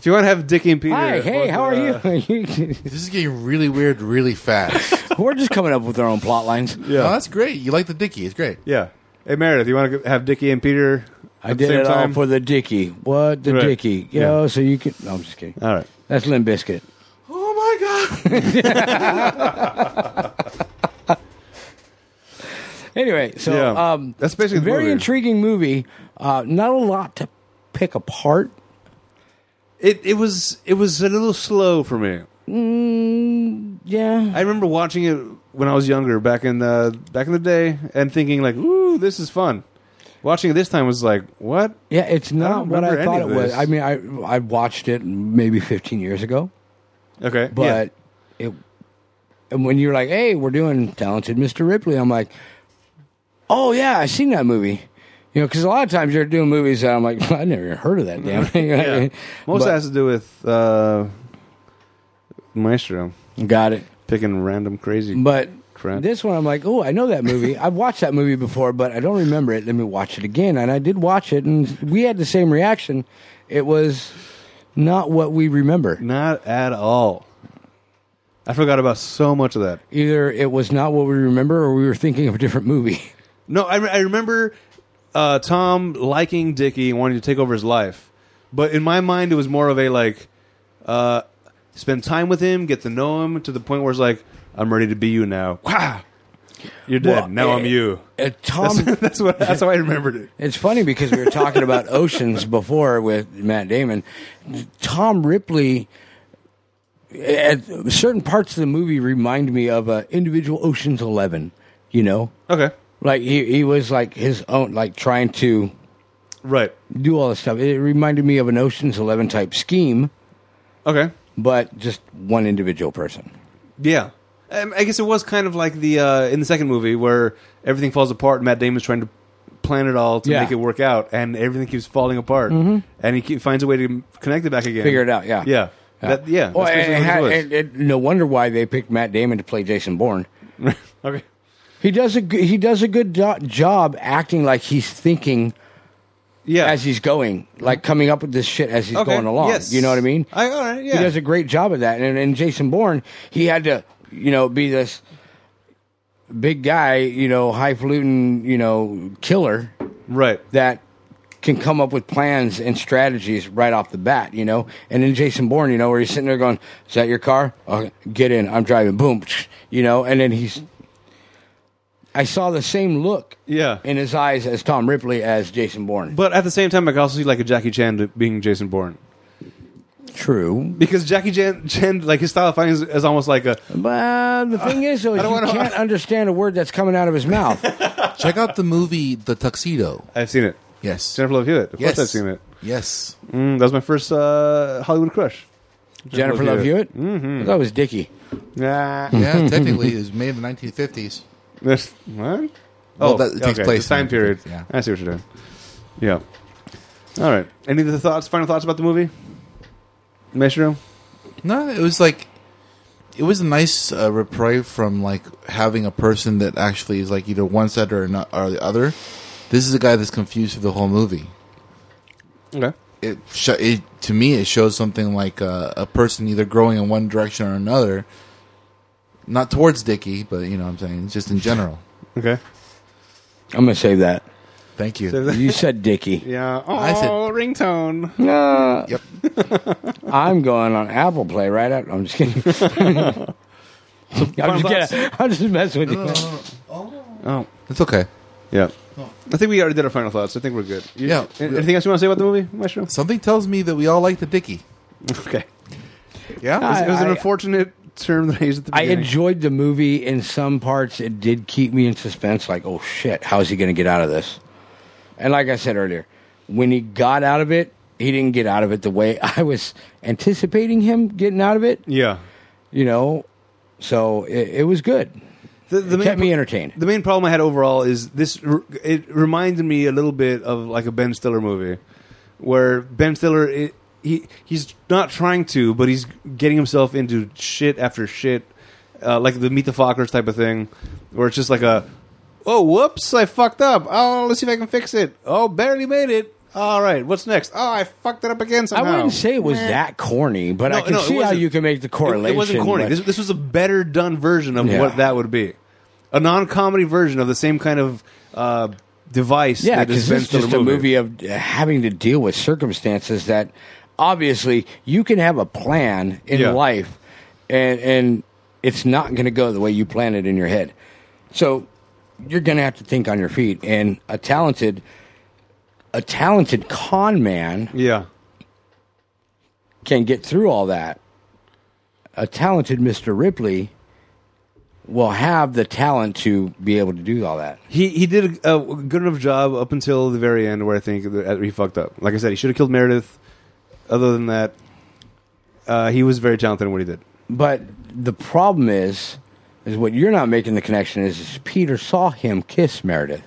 Speaker 1: you want to have Dickie and Peter,
Speaker 3: hi, hey,
Speaker 1: both,
Speaker 3: how are
Speaker 1: uh,
Speaker 3: you?
Speaker 2: This is getting really weird really fast.
Speaker 3: We're just coming up with our own plot lines.
Speaker 1: Yeah.
Speaker 2: No, that's great. You like the Dicky. It's great.
Speaker 1: Yeah. Hey Meredith, you want to have Dickie and Peter?
Speaker 3: I
Speaker 1: at
Speaker 3: did
Speaker 1: the same
Speaker 3: it all
Speaker 1: time?
Speaker 3: for the Dickie. What the
Speaker 1: Right.
Speaker 3: Dickie? You
Speaker 1: Yeah.
Speaker 3: know, so you can. No, I'm just kidding.
Speaker 1: All right.
Speaker 3: That's Limb Biscuit.
Speaker 2: Oh my God.
Speaker 3: Anyway, so
Speaker 1: Yeah.
Speaker 3: um,
Speaker 1: That's basically the
Speaker 3: very
Speaker 1: movie.
Speaker 3: intriguing movie. Uh, not a lot to pick apart.
Speaker 1: It it was it was a little slow for me.
Speaker 3: Yeah,
Speaker 1: I remember watching it when I was younger, back in the back in the day, and thinking like, "Ooh, this is fun." Watching it this time was like, "What?"
Speaker 3: yeah, it's not
Speaker 1: don't
Speaker 3: what
Speaker 1: remember
Speaker 3: I
Speaker 1: any
Speaker 3: thought it
Speaker 1: of
Speaker 3: was.
Speaker 1: this.
Speaker 3: I mean, I I watched it maybe 15 years ago,
Speaker 1: Okay,
Speaker 3: but it. And when you're like, "Hey, we're doing Talented Mr. Ripley," I'm like, "Oh yeah, I seen that movie." You know, because a lot of times you're doing movies and I'm like, I never even heard of that damn thing.
Speaker 1: yeah. yeah. most of that has to do with uh, Maestro
Speaker 3: got it.
Speaker 1: picking random crazy.
Speaker 3: But
Speaker 1: Crap.
Speaker 3: this one, I'm like, oh, I know that movie. I've watched that movie before, but I don't remember it. Let me watch it again. And I did watch it, and we had the same reaction. It was not what we remember.
Speaker 1: Not at all. I forgot about so much of that.
Speaker 3: Either it was not what we remember, or we were thinking of a different movie.
Speaker 1: No, I, re- I remember uh, Tom liking Dickie and wanting to take over his life. But in my mind, it was more of a like, uh, spend time with him, get to know him to the point where it's like, I'm ready to be you now. Wah! You're dead.
Speaker 3: Well,
Speaker 1: now
Speaker 3: eh,
Speaker 1: I'm you.
Speaker 3: Uh, Tom,
Speaker 1: That's what. That's how I remembered it.
Speaker 3: it's funny because we were talking about oceans before with Matt Damon. Tom Ripley. At certain parts of the movie remind me of uh, individual Ocean's Eleven, you know,
Speaker 1: Okay.
Speaker 3: Like he, he was like his own, like trying to
Speaker 1: Right.
Speaker 3: do all this stuff. It reminded me of an Ocean's Eleven type scheme,
Speaker 1: Okay.
Speaker 3: but just one individual person.
Speaker 1: Yeah. Um, I guess it was kind of like the uh, in the second movie where everything falls apart. and Matt Damon's trying to plan it all to
Speaker 3: Yeah. Mm-hmm.
Speaker 1: make it work out, and everything keeps falling apart. And he keep, finds a way to connect it back again.
Speaker 3: Figure it out, yeah.
Speaker 1: Yeah. That, yeah.
Speaker 3: Well,
Speaker 1: that's
Speaker 3: and
Speaker 1: basically what
Speaker 3: it
Speaker 1: it
Speaker 3: had-
Speaker 1: was.
Speaker 3: and- and no wonder why they picked Matt Damon to play Jason Bourne.
Speaker 1: okay.
Speaker 3: He does a good, he does a good do- job acting like he's thinking
Speaker 1: Yeah.
Speaker 3: as he's going, like coming up with this shit as he's
Speaker 1: Okay,
Speaker 3: going along.
Speaker 1: yes.
Speaker 3: You know what I mean?
Speaker 1: I, all right. Yeah.
Speaker 3: He does a great job of that. And and Jason Bourne, he had to, you know, be this big guy, you know, highfalutin, you know, killer
Speaker 1: right.
Speaker 3: that can come up with plans and strategies right off the bat, you know. And then Jason Bourne, you know, where he's sitting there going, "Is that your car? Okay, get in. I'm driving." Boom, you know. And then he's, I saw the same look
Speaker 1: Yeah.
Speaker 3: in his eyes as Tom Ripley as Jason Bourne.
Speaker 1: But at the same time, I can also see like a Jackie Chan to- being Jason Bourne
Speaker 3: True.
Speaker 1: because Jackie Chan, Chan like his style of fighting is, is almost like a
Speaker 3: But the thing is, though, is you
Speaker 1: don't wanna-
Speaker 3: can't understand a word that's coming out of his mouth.
Speaker 2: Check out the movie The Tuxedo.
Speaker 1: I've seen it.
Speaker 2: Yes.
Speaker 1: Jennifer Love Hewitt. Of
Speaker 2: yes.
Speaker 1: course, I've seen it.
Speaker 2: Yes.
Speaker 1: Mm, that was my first uh, Hollywood crush.
Speaker 3: Jennifer Love Hewitt. Mm-hmm. That was Dickie.
Speaker 1: Nah.
Speaker 2: Hmm. Yeah, technically, it was made in the 1950s.
Speaker 1: This what?
Speaker 2: Well,
Speaker 1: oh,
Speaker 2: that, it takes
Speaker 1: okay,
Speaker 2: place
Speaker 1: the time
Speaker 2: in-
Speaker 1: period.
Speaker 2: Yeah.
Speaker 1: I see what you're doing. Yeah. All right. Any other thoughts? Final thoughts about the movie? Maestro?
Speaker 2: No, it was like it was a nice uh, reprieve from like having a person that actually is like either one side or not or the other. This is a guy that's confused for the whole movie.
Speaker 1: Okay.
Speaker 2: It, sho it to me it shows something like uh, a person either growing in one direction or another. Not towards Dickie, but you know what I'm saying, just in general.
Speaker 1: Okay.
Speaker 3: I'm gonna save that.
Speaker 2: Thank you.
Speaker 3: You said Dicky.
Speaker 1: yeah. Oh,
Speaker 2: I said-
Speaker 1: ringtone.
Speaker 3: Nah.
Speaker 2: Yep.
Speaker 3: I'm going on Apple Play right out. I'm just kidding. I'm, just kidding. I'm just messing with you.
Speaker 1: Oh.
Speaker 2: It's okay.
Speaker 1: Yeah. I think we already did our final thoughts. I think we're good. You-
Speaker 2: Oh. Yeah.
Speaker 1: an- Anything else you want to say about the movie, Maestro?
Speaker 2: Something tells me that we all like the Dickie.
Speaker 1: Okay.
Speaker 2: Yeah.
Speaker 1: It was an
Speaker 3: I-
Speaker 1: unfortunate term that I used at the
Speaker 3: I
Speaker 1: beginning.
Speaker 3: enjoyed the movie in some parts. It did keep me in suspense, like, oh shit, how is he going to get out of this? And like I said earlier, when he got out of it, he didn't get out of it the way I was anticipating him getting out of it,
Speaker 1: Yeah.
Speaker 3: you know? So it, it was good.
Speaker 1: The, the
Speaker 3: It
Speaker 1: main
Speaker 3: kept me
Speaker 1: pro-
Speaker 3: entertained.
Speaker 1: The main problem I had overall is this. r- It reminded me a little bit of like a Ben Stiller movie, where Ben Stiller i he he's not trying to, but he's getting himself into shit after shit, uh, like the Meet the Fockers type of thing, where it's just like a, oh whoops, I fucked up. Oh, let's see if I can fix it. Oh, barely made it. All right, what's next? Oh, I fucked it up again
Speaker 3: I
Speaker 1: somehow.
Speaker 3: wouldn't say it was that corny, but I
Speaker 1: No,
Speaker 3: can
Speaker 1: no, it
Speaker 3: see how
Speaker 1: wasn't.
Speaker 3: you can make the correlation.
Speaker 1: It, it wasn't corny.
Speaker 3: but-
Speaker 1: This, this was a better done version of
Speaker 3: Yeah.
Speaker 1: what that would be. A non comedy version of the same kind of uh, device
Speaker 3: Yeah,
Speaker 1: that is
Speaker 3: because
Speaker 1: Ben
Speaker 3: it's
Speaker 1: Stiller
Speaker 3: just a movie of uh, having to deal with circumstances that obviously you can have a plan in
Speaker 1: Yeah.
Speaker 3: life, and and it's not going to go the way you plan it in your head. So you're going to have to think on your feet. And a talented, a talented con man
Speaker 1: Yeah.
Speaker 3: can get through all that. A talented Mr. Ripley will have the talent to be able to do all that.
Speaker 1: He he did a, a good enough job up until the very end where I think that uh, he fucked up. Like I said, he should have killed Meredith. Other than that, uh, he was very talented in what he did.
Speaker 3: But the problem is, is what you're not making the connection is, is Peter saw him kiss Meredith,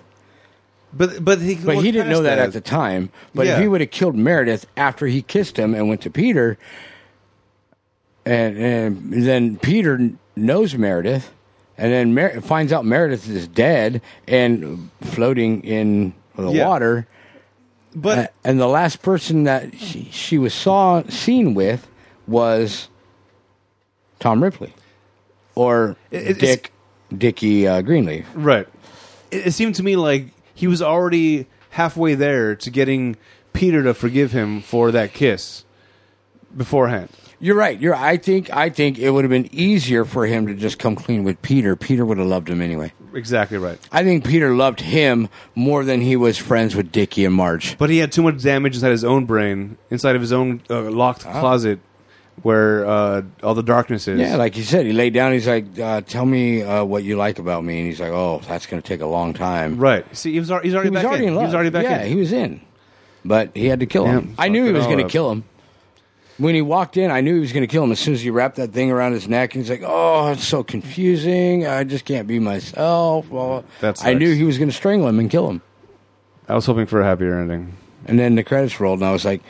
Speaker 1: But but he
Speaker 3: but he didn't know that, at the time. But
Speaker 1: Yeah.
Speaker 3: if he would have killed Meredith after he kissed him and went to Peter, and, and then Peter n- knows Meredith, and then Mer- finds out Meredith is dead and floating in the
Speaker 1: Yeah.
Speaker 3: water,
Speaker 1: But
Speaker 3: a- and the last person that she, she was saw seen with was Tom Ripley or
Speaker 1: It- it's-
Speaker 3: Dick Dickie uh, Greenleaf.
Speaker 1: Right. It, it seemed to me like he was already halfway there to getting Peter to forgive him for that kiss beforehand.
Speaker 3: You're right. You're. I think. I think it would have been easier for him to just come clean with Peter. Peter would have loved him anyway.
Speaker 1: Exactly right.
Speaker 3: I think Peter loved him more than he was friends with Dickie and Marge.
Speaker 1: But he had too much damage inside his own brain, inside of his own uh, locked closet where uh, all the darkness is.
Speaker 3: Ah. Yeah, like you said, he laid down. He's like, uh, "Tell me uh, what you like about me," and he's like, "Oh, that's going to take a long time."
Speaker 1: right. See, he was, al- he's already
Speaker 3: he was
Speaker 1: back
Speaker 3: already
Speaker 1: in.
Speaker 3: in love.
Speaker 1: He was already back
Speaker 3: yeah,
Speaker 1: in.
Speaker 3: he was in, but he had to kill him.
Speaker 1: Yeah,
Speaker 3: I knew he
Speaker 1: fucked it
Speaker 3: was
Speaker 1: all
Speaker 3: going to
Speaker 1: up.
Speaker 3: kill him. When he walked in, I knew he was going to kill him. As soon as he wrapped that thing around his neck, and he's like, "Oh, it's so confusing. I just can't be myself." Well,
Speaker 1: That
Speaker 3: I knew
Speaker 1: sucks.
Speaker 3: he was going to strangle him and kill him.
Speaker 1: I was hoping for a happier ending.
Speaker 3: And then the credits rolled, and I was like,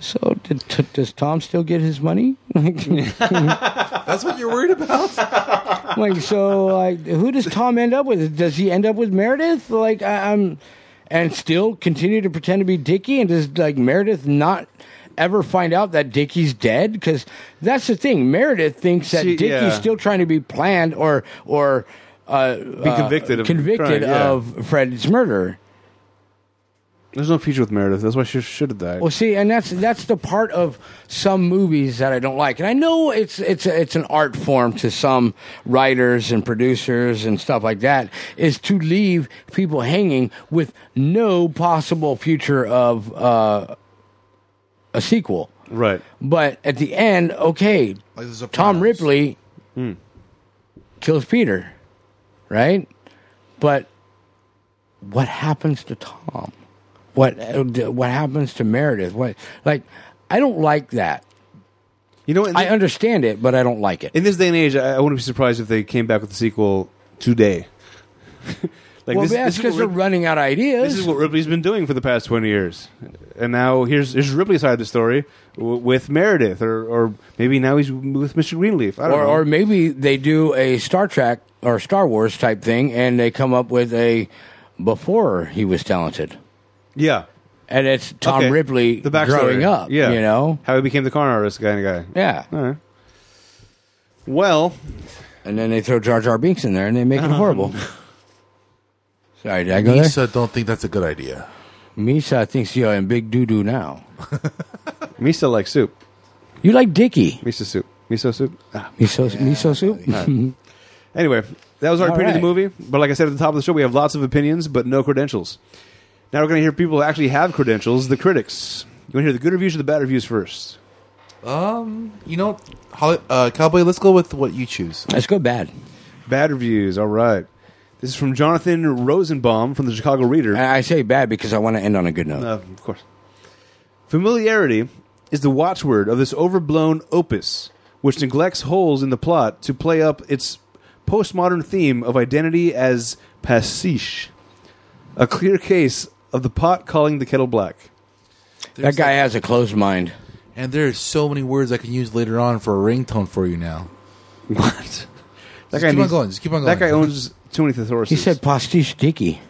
Speaker 3: "So did, t- does Tom still get his money?" like,
Speaker 2: That's what you're worried about?
Speaker 3: like, so like, who does Tom end up with? Does he end up with Meredith? Like, I, I'm, and still continue to pretend to be Dickie, and does like Meredith not ever find out that Dickie's dead? Because that's the thing, Meredith thinks that
Speaker 1: She-
Speaker 3: Dickie's
Speaker 1: yeah.
Speaker 3: still trying to be planned or or uh,
Speaker 1: Be convicted of
Speaker 3: convicted
Speaker 1: crime, yeah.
Speaker 3: of Fred's murder.
Speaker 1: There's no future with Meredith. That's why she should have died.
Speaker 3: Well, see, and that's that's the part of some movies that I don't like, and I know it's it's it's an art form to some writers and producers and stuff like that is to leave people hanging with no possible future of uh, a sequel.
Speaker 1: right.
Speaker 3: But at the end, okay,
Speaker 2: Like The Sopranos.
Speaker 3: Tom Ripley
Speaker 1: Hmm.
Speaker 3: kills Peter, right? But what happens to Tom? What what happens to Meredith? What like I don't like that.
Speaker 1: You know what?
Speaker 3: I understand it, but I don't like it.
Speaker 1: in this day and age, I, I wouldn't be surprised if they came back with a sequel today. Like
Speaker 3: well,
Speaker 1: this,
Speaker 3: that's
Speaker 1: this is
Speaker 3: because
Speaker 1: what
Speaker 3: they're
Speaker 1: Rid-
Speaker 3: running out of ideas.
Speaker 1: this is what Ripley's been doing for the past twenty years, and now here's here's Ripley's side of the story w- with Meredith, or or maybe now he's with Mister Greenleaf. I don't
Speaker 3: or,
Speaker 1: know.
Speaker 3: or maybe they do a Star Trek or Star Wars type thing, and they come up with a before he was talented,
Speaker 1: yeah,
Speaker 3: and it's Tom
Speaker 1: Okay.
Speaker 3: Ripley
Speaker 1: the backstory.
Speaker 3: growing up.
Speaker 1: Yeah,
Speaker 3: you know,
Speaker 1: how he became the con artist kind of guy.
Speaker 3: yeah.
Speaker 1: All right. Well,
Speaker 3: And then they throw Jar Jar Binks in there, and they make
Speaker 1: Uh-huh.
Speaker 3: it horrible. Sorry, did I go there?
Speaker 2: Misa don't think that's a good idea.
Speaker 3: Misa thinks you're in big doo doo now.
Speaker 1: Misa likes soup.
Speaker 3: You like Dicky
Speaker 1: Miso soup. Miso soup. Ah.
Speaker 3: miso miso soup?
Speaker 1: Anyway, that was our
Speaker 3: All
Speaker 1: opinion of the
Speaker 3: right.
Speaker 1: movie. But like I said at the top of the show, we have lots of opinions, but no credentials. Now we're going to hear people who actually have credentials, the critics. You want to hear the good reviews or the bad reviews first?
Speaker 2: Um, you know, Holly, uh, Cowboy, let's go with what you choose.
Speaker 3: Let's go bad.
Speaker 1: Bad reviews. All right. This is from Jonathan Rosenbaum from the Chicago Reader.
Speaker 3: And I say bad because I want to end on a good note.
Speaker 1: Uh, of course. Familiarity is the watchword of this overblown opus, which neglects holes in the plot to play up its postmodern theme of identity as pastiche. A clear case of the pot calling the kettle black.
Speaker 3: that guy has a closed mind.
Speaker 2: And there are so many words I can use later on for a ringtone for you now.
Speaker 1: What? That
Speaker 2: Just keep on going, just keep on
Speaker 1: That
Speaker 2: going.
Speaker 1: guy owns too many thesaurus.
Speaker 3: He said pastiche dicky.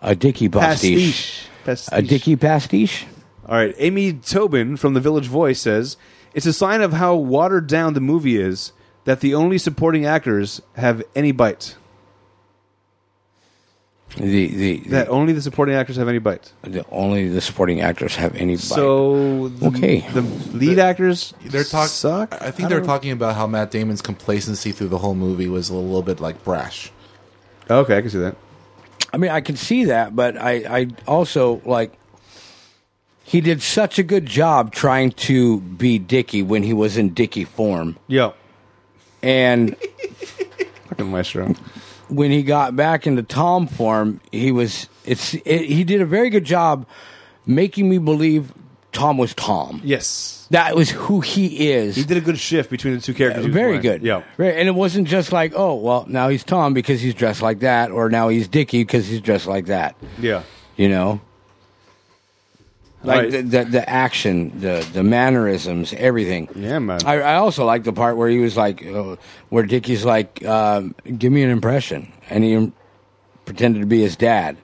Speaker 3: A dicky pastiche.
Speaker 1: pastiche. pastiche.
Speaker 3: A dicky pastiche?
Speaker 1: All right. Amy Tobin from The Village Voice says it's a sign of how watered down the movie is that the only supporting actors have any bite.
Speaker 3: The the, the,
Speaker 1: That only the supporting actors have any bite.
Speaker 3: the- only the supporting actors have any bite.
Speaker 1: So the,
Speaker 3: Okay.
Speaker 1: the lead actors
Speaker 2: They're talk-
Speaker 1: suck.
Speaker 2: I think they're
Speaker 1: don't-
Speaker 2: talking about how Matt Damon's complacency through the whole movie was a little bit like brash.
Speaker 1: Okay, I can see that.
Speaker 3: I mean I can see that, but I, I also like he did such a good job trying to be Dicky when he was in Dicky form.
Speaker 1: Yo,
Speaker 3: And
Speaker 1: fucking maestro.
Speaker 3: when he got back into Tom form, he was it's it, he did a very good job making me believe Tom was Tom.
Speaker 1: Yes,
Speaker 3: That was who he is.
Speaker 1: he did a good shift between the two characters. he was
Speaker 3: Uh, very
Speaker 1: playing.
Speaker 3: good.
Speaker 1: Yeah.
Speaker 3: Very- and it wasn't just like, oh, well, now he's Tom because he's dressed like that, or now he's Dickie because he's dressed like that.
Speaker 1: Yeah.
Speaker 3: You know, like
Speaker 1: Right.
Speaker 3: the, the the action, the the mannerisms, everything.
Speaker 1: Yeah, man.
Speaker 3: I, I also like the part where he was like, uh, where Dickie's like, um, give me an impression, and he im- pretended to be his dad.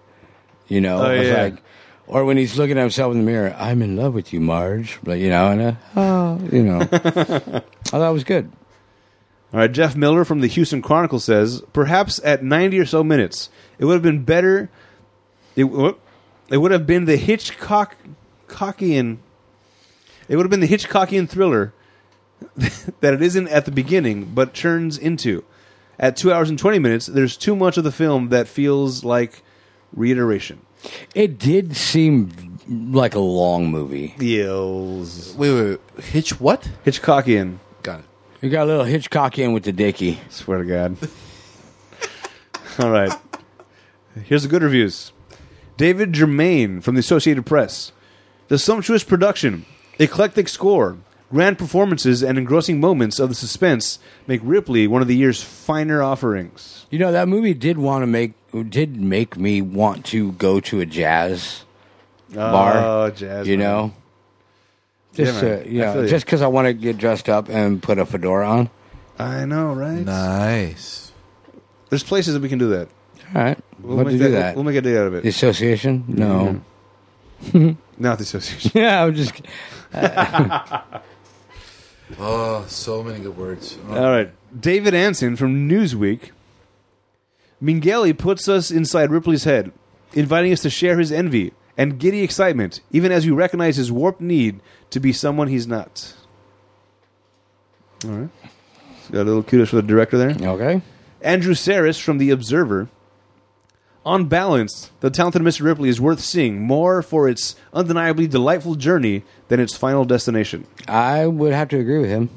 Speaker 3: You know,
Speaker 1: Oh,
Speaker 3: It was
Speaker 1: yeah.
Speaker 3: like, or when he's looking at himself in the mirror, I'm in love with you, Marge. But you know, and uh, oh, you know, I thought it was good.
Speaker 1: All right, Jeff Miller from the Houston Chronicle says perhaps at 90 or so minutes, it would have been better. It, whoop. it would have been the Hitchcock, Cockian. It would have been the Hitchcockian thriller that it isn't at the beginning, but turns into. At two hours and 20 minutes, there's too much of the film that feels like reiteration.
Speaker 3: It did seem like a long movie.
Speaker 1: Yells.
Speaker 2: Wait, wait, wait. Hitch what?
Speaker 1: Hitchcockian.
Speaker 2: Got it.
Speaker 3: You got a little Hitchcock in with the Dicky.
Speaker 1: Swear to God. All right. Here's the good reviews. David Germain from the Associated Press. The sumptuous production, eclectic score, grand performances, and engrossing moments of the suspense make Ripley one of the year's finer offerings.
Speaker 3: You know that movie did want to make did make me want to go to a jazz bar.
Speaker 1: Oh, jazz.
Speaker 3: you
Speaker 1: man.
Speaker 3: know, just
Speaker 1: man.
Speaker 3: uh, you
Speaker 1: I
Speaker 3: know,
Speaker 1: feel you.
Speaker 3: just because I want to get dressed up and put a fedora on.
Speaker 1: I know, right?
Speaker 2: Nice.
Speaker 1: There's places that we can do that.
Speaker 3: All right,
Speaker 1: We'll
Speaker 3: what
Speaker 1: make
Speaker 3: to do that?
Speaker 1: We'll make a day out of
Speaker 3: the
Speaker 1: it.
Speaker 3: association? No.
Speaker 1: Not the association.
Speaker 3: yeah, I'm just.
Speaker 2: Oh, so many good words. Oh.
Speaker 1: All right. David Anson from Newsweek. Mingeli puts us inside Ripley's head, inviting us to share his envy and giddy excitement, even as we recognize his warped need to be someone he's not. All right. Got a little kudos for the director there.
Speaker 3: Okay.
Speaker 1: Andrew Saris from The Observer. On balance, The Talented Mr. Ripley is worth seeing more for its undeniably delightful journey than its final destination.
Speaker 3: I would have to agree with him.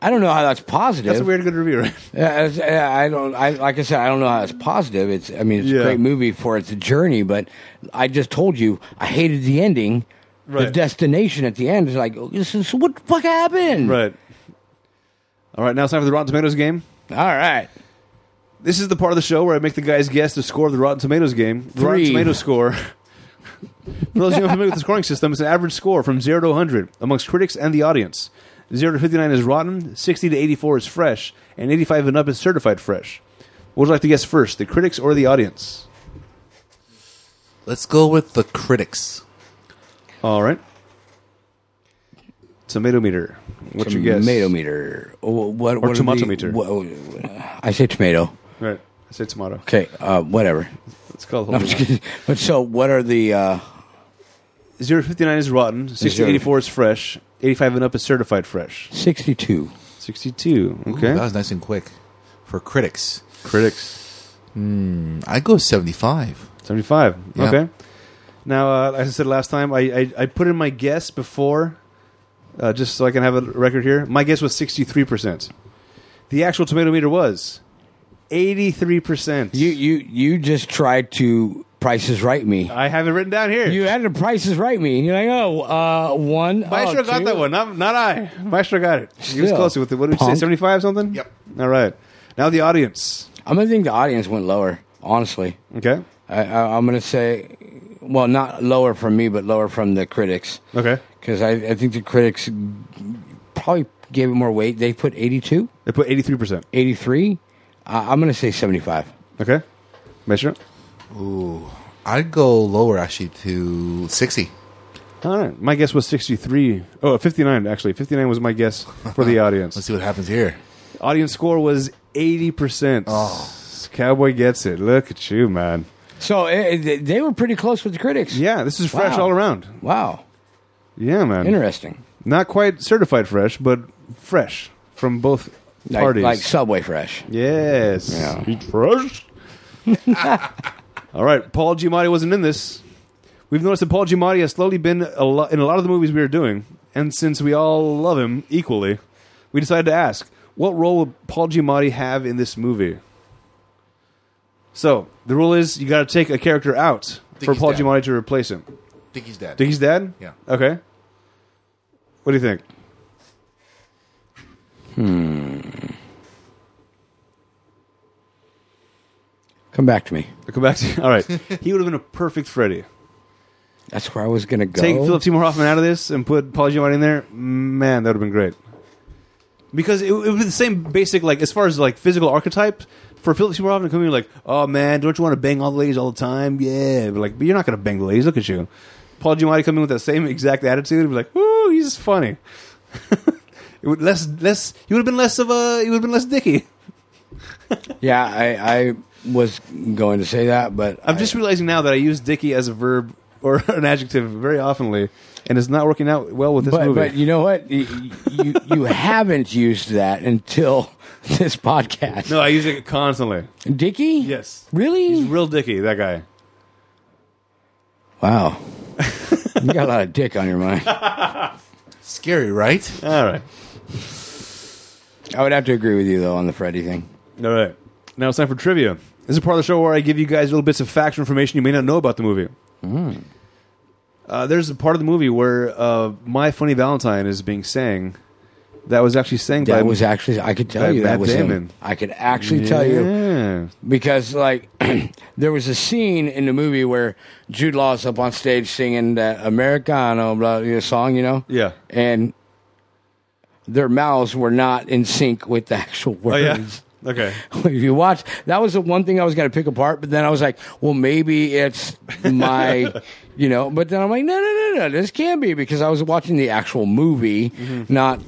Speaker 3: I don't know how that's positive.
Speaker 1: That's a weird good review, right?
Speaker 3: Yeah, it's- yeah, I don't. I like I said, I don't know how it's positive. It's. I mean, it's
Speaker 1: Yeah.
Speaker 3: a great movie for its journey, but I just told you I hated the ending. The
Speaker 1: Right.
Speaker 3: destination at the end is like, oh, this is what the fuck happened.
Speaker 1: Right. All right, now it's time for the Rotten Tomatoes game.
Speaker 3: All right.
Speaker 1: This is the part of the show where I make the guys guess the score of the Rotten Tomatoes game. The Rotten
Speaker 3: Three.
Speaker 1: Tomatoes score. For those who are familiar with the scoring system, it's an average score from 0 to 100 amongst critics and the audience. 0 to 59 is rotten, 60 to 84 is fresh, and 85 and up is certified fresh. What would you like to guess first, the critics or the audience?
Speaker 2: Let's go with the critics.
Speaker 1: All right. Tomato meter. What's your guess?
Speaker 3: Tomato meter. Oh, What, what are
Speaker 1: tomato
Speaker 3: the-
Speaker 1: meter.
Speaker 3: what- oh, I say tomato.
Speaker 1: Right. I say tomato.
Speaker 3: Okay, uh, whatever.
Speaker 1: It's called
Speaker 3: I'm just kidding. But so, what are the? Uh,
Speaker 1: Zero to 59 is rotten, 60 to
Speaker 3: Zero.
Speaker 1: 84 is fresh, 85 and up is certified fresh.
Speaker 3: 62.
Speaker 1: 62. Okay.
Speaker 2: That was nice and quick for critics.
Speaker 1: Critics.
Speaker 2: I Mm, go seventy-five.
Speaker 1: 75.
Speaker 2: Yeah.
Speaker 1: Okay. Now, uh, as I said last time, I, I, I put in my guess before, uh, just so I can have a record here. My guess was 63%. The actual tomato meter was 83%.
Speaker 3: You you you just tried to Price is Right me.
Speaker 1: I have it written down here.
Speaker 3: You had to Price is Right me. You're like, oh, uh, one.
Speaker 1: Maestro
Speaker 3: oh,
Speaker 1: got
Speaker 3: two.
Speaker 1: that one, not, not I. Maestro got it. He was
Speaker 3: Still.
Speaker 1: closer with it. What did you say,
Speaker 3: Punk.
Speaker 1: 75 something?
Speaker 2: Yep.
Speaker 1: All right. Now the audience.
Speaker 3: I'm gonna think the audience went lower. Honestly,
Speaker 1: Okay.
Speaker 3: I, I, I'm gonna say, well, not lower from me, but lower from the critics,
Speaker 1: Okay.
Speaker 3: because I, I think the critics probably gave it more weight. They put 82,
Speaker 1: They put 83%.
Speaker 3: 83. Uh, I'm gonna say 75.
Speaker 1: Okay. Measure.
Speaker 2: Ooh, I'd go lower actually to sixty.
Speaker 1: All right. My guess was 63. Oh, 59, actually. 59 was my guess for the
Speaker 2: Let's
Speaker 1: audience.
Speaker 2: see what happens here.
Speaker 1: audience score was 80%.
Speaker 3: Oh.
Speaker 1: Cowboy gets it. Look at you, man.
Speaker 3: So eh, eh, they were pretty close with the critics.
Speaker 1: Yeah, this is fresh
Speaker 3: Wow.
Speaker 1: all around.
Speaker 3: Wow.
Speaker 1: Yeah, man.
Speaker 3: Interesting.
Speaker 1: Not quite certified fresh, but fresh from both
Speaker 3: Like,
Speaker 1: parties.
Speaker 3: like Subway Fresh.
Speaker 1: yes.
Speaker 3: Yeah.
Speaker 1: Eat fresh. all right. Paul Giamatti wasn't in this. We've noticed that Paul Giamatti has slowly been a lo- in a lot of the movies we are doing, and since we all love him equally, we decided to ask, what role would Paul Giamatti have in this movie? So the rule is you got to take a character out for
Speaker 2: Dicky's
Speaker 1: Paul
Speaker 2: dad.
Speaker 1: Giamatti to replace him.
Speaker 2: think he's dead.
Speaker 1: Dicky's dad.
Speaker 2: Yeah.
Speaker 1: Okay. What do you think?
Speaker 3: Come back to me.
Speaker 1: I'll come back to you. All right. he would have been a perfect Freddy.
Speaker 3: That's where I was gonna go.
Speaker 1: Take Philip Seymour Hoffman out of this and put Paul Giamatti in there, man, that would have been great. Because it, it would be the same basic, like as far as like physical archetypes for Philip Seymour Hoffman to come in like, oh man, don't you want to bang all the ladies all the time? Yeah, but like, but you're not going to bang the ladies. Look at you, Paul Giamatti come in with that same exact attitude and be like, ooh, he's funny. it would less less. He would have been less of a. He would have been less dicky.
Speaker 3: Yeah, I, I was going to say that, but
Speaker 1: I'm
Speaker 3: I-
Speaker 1: just realizing now that I use dicky as a verb or an adjective very oftenly, and it's not working out well with this
Speaker 3: But,
Speaker 1: movie.
Speaker 3: but you know what? You, you you haven't used that until this podcast.
Speaker 1: no, I use it constantly.
Speaker 3: Dicky?
Speaker 1: Yes.
Speaker 3: Really?
Speaker 1: He's real dicky, that guy.
Speaker 3: wow. you got a lot of dick on your mind.
Speaker 2: Scary, right?
Speaker 1: All right.
Speaker 3: I would have to agree with you though on the Freddy thing.
Speaker 1: All right. Now it's time for trivia. This is part of the show where I give you guys little bits of factual information you may not know about the movie.
Speaker 3: Hmm.
Speaker 1: Uh, there's a part of the movie where uh, My Funny Valentine is being sang. That was actually sang by
Speaker 3: That was actually I could tell
Speaker 1: by
Speaker 3: you that
Speaker 1: Matt
Speaker 3: was him.
Speaker 1: Damon.
Speaker 3: I could actually
Speaker 1: yeah.
Speaker 3: tell you because like there was a scene in the movie where Jude Law's up on stage singing that Americano blah you know, song, you know,
Speaker 1: Yeah.
Speaker 3: and their mouths were not in sync with the actual
Speaker 1: Oh, yeah.
Speaker 3: words.
Speaker 1: Okay.
Speaker 3: If you watch, that was the one thing I was going to pick apart, but then I was like, well, maybe it's my, you know, but then I'm like, no, no, no, no, this can be because I was watching the actual movie,
Speaker 1: Mm-hmm.
Speaker 3: not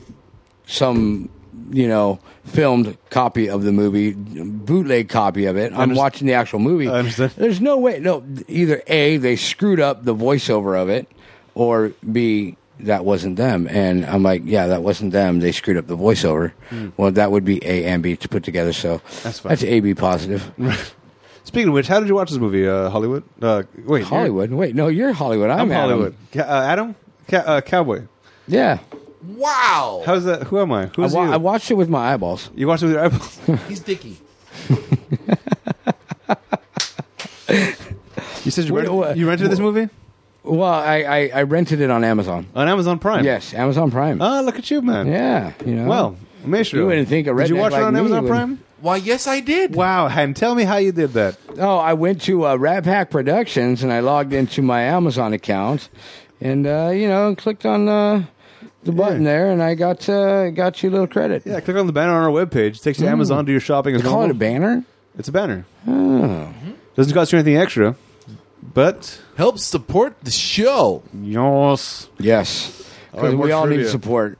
Speaker 3: some, you know, filmed copy of the movie, bootleg copy of it. I'm
Speaker 1: underst-
Speaker 3: watching the actual movie.
Speaker 1: I understand.
Speaker 3: There's no way, no, either A, they screwed up the voiceover of it, or B, that wasn't them. And I'm like, yeah, that wasn't them. They screwed up the voiceover. Well, that would be A and B to put together. So
Speaker 1: Hmm. That's fine.
Speaker 3: that's AB positive.
Speaker 1: Speaking of which, how did you watch this movie, uh, Hollywood? Uh, wait. you're-
Speaker 3: Hollywood. Wait, no, you're Hollywood. I'm,
Speaker 1: I'm
Speaker 3: Adam.
Speaker 1: Hollywood. Ca- uh, Adam? Ca- uh, Cowboy.
Speaker 3: Yeah.
Speaker 2: Wow,
Speaker 1: How's that? Who am I?
Speaker 3: I,
Speaker 1: Who's
Speaker 3: wa-
Speaker 1: you?
Speaker 3: I watched it with my eyeballs.
Speaker 1: you watched it with your eyeballs.
Speaker 2: he's Dicky.
Speaker 1: you said you,
Speaker 3: Wait,
Speaker 1: rent-
Speaker 3: what-
Speaker 1: you rented this movie?
Speaker 3: Well, I, I, I rented it on Amazon.
Speaker 1: On Amazon Prime?
Speaker 3: Yes, Amazon Prime.
Speaker 1: Oh, look at you, man.
Speaker 3: Yeah. You know.
Speaker 1: Well, Maestro.
Speaker 3: You wouldn't think a
Speaker 1: Did you
Speaker 3: redneck
Speaker 1: watch it
Speaker 3: like
Speaker 1: on
Speaker 3: me
Speaker 1: Amazon
Speaker 3: would-
Speaker 1: Prime?
Speaker 2: Why, yes, I did.
Speaker 1: Wow, and tell me how you did that.
Speaker 3: No, I went to uh, Rat Pack Productions and I logged into my Amazon account, and uh, you know, clicked on uh, the button there, and I got uh, got you a little credit.
Speaker 1: Yeah, click on the banner on our webpage. It takes you to Amazon, do your shopping as
Speaker 3: Mm. They call
Speaker 1: normal.
Speaker 3: it a banner. Oh,
Speaker 1: It's a banner. Doesn't cost you anything extra, but
Speaker 2: Help support the show.
Speaker 1: yes.
Speaker 3: Yes,
Speaker 1: All right,
Speaker 3: because
Speaker 1: more
Speaker 3: we all need
Speaker 1: trivia.
Speaker 3: support.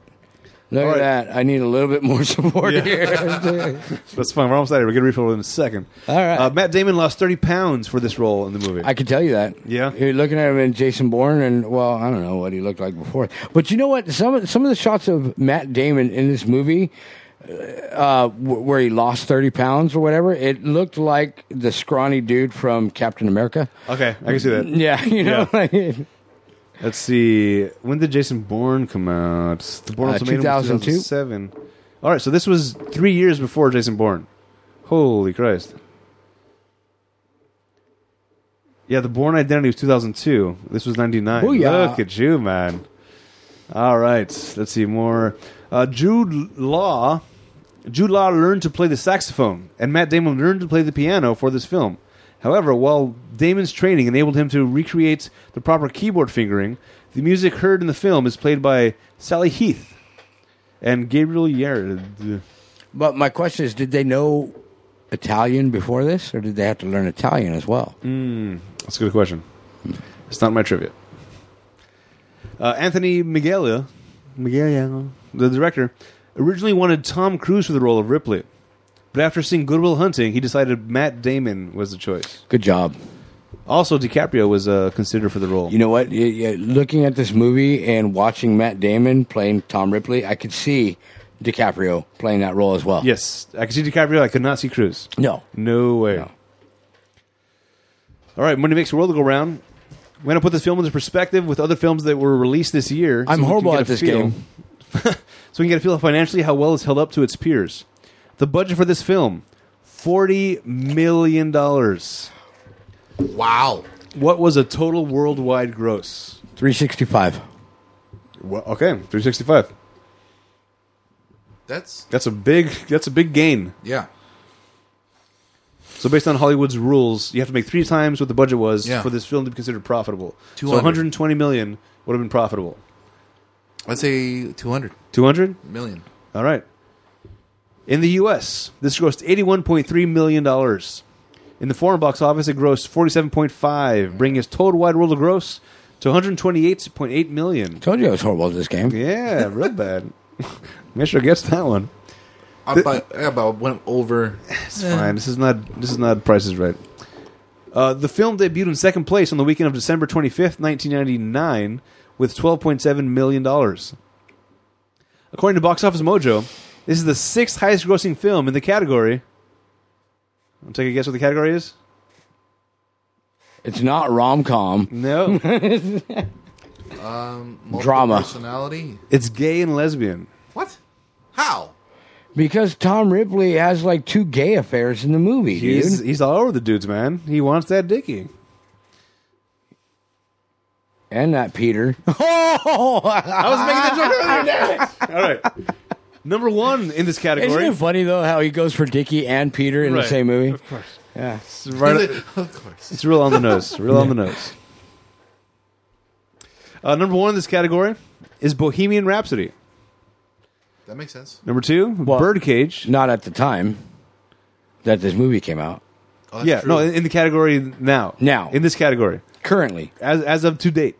Speaker 3: Look
Speaker 1: All
Speaker 3: at
Speaker 1: right.
Speaker 3: that. I need a little bit more support here.
Speaker 1: That's fine. We're almost out of here. We're going to refill in a second.
Speaker 3: All right.
Speaker 1: Uh, Matt Damon lost 30 pounds for this role in the movie.
Speaker 3: I can tell you that.
Speaker 1: Yeah?
Speaker 3: you're looking at him in Jason Bourne, and well, I don't know what he looked like before, but you know what? Some of- some of the shots of Matt Damon in this movie, uh, wh- where he lost thirty pounds or whatever, it looked like the scrawny dude from Captain America.
Speaker 1: okay, I can see that.
Speaker 3: Yeah, you know,
Speaker 1: Yeah.
Speaker 3: like,
Speaker 1: Let's see. When did Jason Bourne come out? The Bourne
Speaker 3: Uh,
Speaker 1: Ultimatum
Speaker 3: 2002.
Speaker 1: was 2007. All right, so this was three years before Jason Bourne. Holy Christ. Yeah, The Bourne Identity was 2002. This was 99.
Speaker 3: Booyah.
Speaker 1: Look at you, man. All right, let's see more. Uh, Jude Law. Jude Law learned to play the saxophone, and Matt Damon learned to play the piano for this film. However, while Damon's training enabled him to recreate the proper keyboard fingering, the music heard in the film is played by Sally Heath and Gabriel Yared.
Speaker 3: but my question is, did they know Italian before this, or did they have to learn Italian as well?
Speaker 1: Mm. That's a good question. It's not my trivia. Uh, Anthony Miguelia, Miguelia, the director, originally wanted Tom Cruise for the role of Ripley, but after seeing Goodwill Hunting, he decided Matt Damon was the choice.
Speaker 3: Good job.
Speaker 1: Also, DiCaprio was uh, considered for the role.
Speaker 3: You know what? Y- y- Looking at this movie and watching Matt Damon playing Tom Ripley, I could see DiCaprio playing that role as well.
Speaker 1: yes, I could see DiCaprio. I could not see Cruise.
Speaker 3: No.
Speaker 1: No way.
Speaker 3: No.
Speaker 1: All right, money makes the world go round. We're going to put this film into perspective with other films that were released this year.
Speaker 3: I'm
Speaker 1: we can
Speaker 3: horrible
Speaker 1: get
Speaker 3: at
Speaker 1: a
Speaker 3: this
Speaker 1: feel-
Speaker 3: game.
Speaker 1: so we can get a feel financially how well it's held up to its peers. The budget for this film, $40 million. What
Speaker 2: Wow.
Speaker 1: was a total worldwide gross?
Speaker 3: 365.
Speaker 1: Well, okay, 365.
Speaker 2: That's,
Speaker 1: That's a big that's a big gain.
Speaker 2: yeah.
Speaker 1: So based on Hollywood's rules, you have to make three times what the budget was
Speaker 2: Yeah.
Speaker 1: for this film to be considered profitable. So
Speaker 2: 200.
Speaker 1: 120 million would have been profitable.
Speaker 2: I'd say 200
Speaker 1: 200?
Speaker 2: million.
Speaker 1: All right. In the U.S., this grossed eighty-one point three million dollars. In the foreign box office, it grossed forty-seven point five, bringing its total wide world of gross to one hundred twenty-eight point eight million.
Speaker 3: Told you I was horrible at this game.
Speaker 1: Yeah, real bad. Mitchell gets that one.
Speaker 2: I about, I about went over.
Speaker 1: It's fine. This is not. This is not Price is Right. Uh, the film debuted in second place on the weekend of December twenty fifth, nineteen ninety nine, with twelve point seven million dollars. According to Box Office Mojo, this is the sixth highest grossing film in the category. I'll take a guess what the category is.
Speaker 3: It's not rom com.
Speaker 1: No,
Speaker 2: multiple
Speaker 3: Drama.
Speaker 2: Personality.
Speaker 1: it's gay and lesbian.
Speaker 2: What? How?
Speaker 3: Because Tom Ripley has like two gay affairs in the movie,
Speaker 1: He's
Speaker 3: dude.
Speaker 1: he's all over the dudes, man. He wants that dicky.
Speaker 3: And that Peter.
Speaker 1: I was making that joke earlier. all right, number one in this
Speaker 3: Isn't
Speaker 1: category.
Speaker 3: it funny, though, how he goes for Dickie and Peter in
Speaker 1: Right.
Speaker 3: the same movie?
Speaker 1: Of course,
Speaker 3: Yeah.
Speaker 1: It's right,
Speaker 2: of course.
Speaker 1: It's real on the nose. Real on the nose. Uh, number one in this category is Bohemian Rhapsody.
Speaker 2: That makes sense.
Speaker 1: Number two, Birdcage.
Speaker 3: Not at the time that this movie came out.
Speaker 2: Oh, that's
Speaker 1: yeah,
Speaker 2: true.
Speaker 1: no, in in the category now.
Speaker 3: Now.
Speaker 1: in this category,
Speaker 3: Currently.
Speaker 1: as as of to date.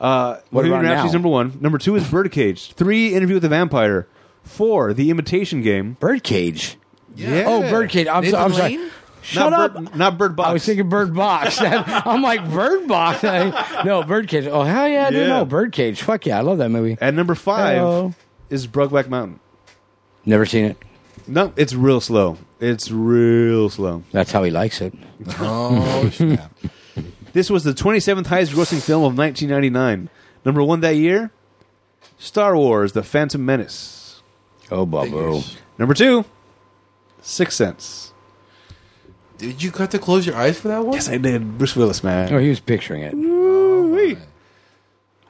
Speaker 1: Uh,
Speaker 3: What
Speaker 1: Bohemian
Speaker 3: about
Speaker 1: Rhapsody's
Speaker 3: now?
Speaker 1: number one. Number two is Birdcage. Three, Interview with the Vampire. Four, The Imitation Game.
Speaker 3: Birdcage.
Speaker 2: Yeah.
Speaker 3: Oh, Birdcage. I'm, so,
Speaker 2: Nathan
Speaker 3: I'm sorry.
Speaker 2: Lane?
Speaker 3: Shut
Speaker 1: not
Speaker 3: up.
Speaker 1: Bird, not Bird Box.
Speaker 3: I was thinking Bird Box. I'm like Bird Box. I- no, Birdcage. Oh hell yeah, dude!
Speaker 1: Yeah.
Speaker 3: No, Birdcage. Fuck yeah, I love that movie.
Speaker 1: and number five
Speaker 3: Hello.
Speaker 1: is Brokeback Mountain.
Speaker 3: Never seen it.
Speaker 1: No, it's real slow. It's real slow.
Speaker 3: That's how he likes it.
Speaker 2: Oh, snap.
Speaker 1: This was the 27th highest grossing film of 1999. Number one that year, Star Wars The Phantom Menace.
Speaker 3: Oh, babu.
Speaker 1: Number two, Sixth Sense.
Speaker 2: Did you got to close your eyes for that one?
Speaker 1: Yes, I did. Bruce Willis,
Speaker 3: Oh,
Speaker 1: man.
Speaker 3: he was picturing it.
Speaker 1: Ooh-wee.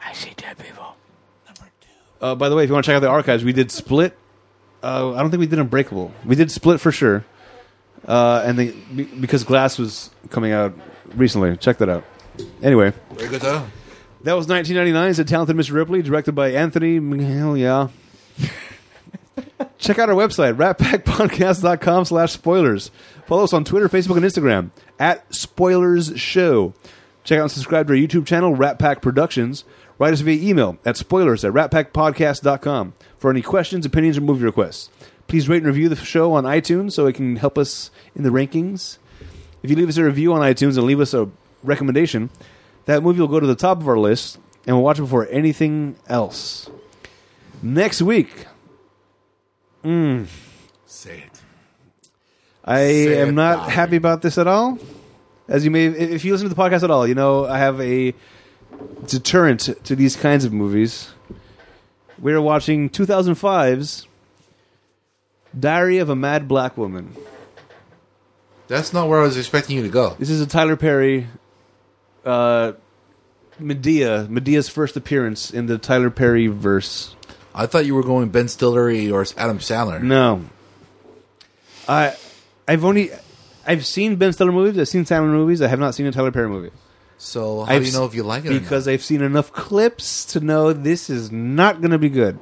Speaker 3: I see dead people.
Speaker 1: Uh, by the way, if you want to check out the archives, we did Split, Uh, I don't think we did Unbreakable. We did Split for sure, uh, and the, be- because Glass was coming out recently. Check that out. Anyway,
Speaker 2: Very good though.
Speaker 1: that was 1999's The Talented Mr. Ripley, directed by Anthony. Hell yeah. Check out our website, ratpackpodcast.com slash spoilers. Follow us on Twitter, Facebook, and Instagram at Spoilers Show. Check out and subscribe to our YouTube channel, Rat Pack Productions. Write us via email at spoilers at ratpackpodcast.com for any questions, opinions, or movie requests. Please rate and review the show on iTunes so it can help us in the rankings. If you leave us a review on iTunes and leave us a recommendation, that movie will go to the top of our list and we'll watch it before anything else. Next week,
Speaker 2: Say it.
Speaker 1: I
Speaker 2: Say it
Speaker 1: am not
Speaker 2: loud.
Speaker 1: happy about this at all. As you may, if you listen to the podcast at all, you know I have a deterrent to these kinds of movies. We are watching 2005's Diary of a Mad Black Woman.
Speaker 2: That's not where I was expecting you to go.
Speaker 1: This is a Tyler Perry, uh, Medea, Medea's first appearance in the Tyler Perry verse.
Speaker 2: I thought you were going Ben Stillery or Adam Sandler.
Speaker 1: No. I I've only I've seen Ben Stiller movies, I've seen Simon movies, I have not seen a Tyler Perry movie.
Speaker 2: So how
Speaker 1: I've
Speaker 2: do you know if you like it? or
Speaker 1: Because I've seen enough clips to know this is not gonna be good.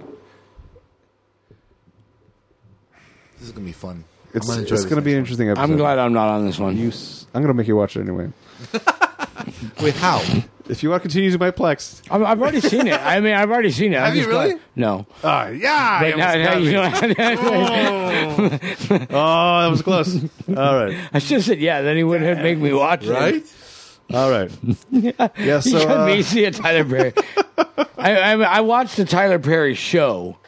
Speaker 2: not? this is gonna be fun. I'm
Speaker 1: It's,
Speaker 2: enjoy
Speaker 1: it's
Speaker 2: this
Speaker 1: gonna be an
Speaker 2: next
Speaker 1: interesting episode.
Speaker 3: I'm glad I'm not on this one.
Speaker 1: you s- I'm gonna make you watch it anyway.
Speaker 2: one. Wait, how?
Speaker 1: If you want to continue using my plex.
Speaker 3: I'm, I've already seen it. I mean, I've already seen it.
Speaker 2: Have
Speaker 3: I'm
Speaker 2: you
Speaker 3: just glad-
Speaker 2: really?
Speaker 3: No.
Speaker 1: Ah, yeah.
Speaker 3: But now, now you know,
Speaker 1: oh, that was close. All right.
Speaker 3: I should have said yeah. Then he wouldn't have make me watch
Speaker 2: Right?
Speaker 3: it.
Speaker 1: All right. Yeah,
Speaker 3: He
Speaker 1: so
Speaker 3: had
Speaker 1: uh,
Speaker 3: me see a Tyler Perry. I, I, I watched the Tyler Perry show,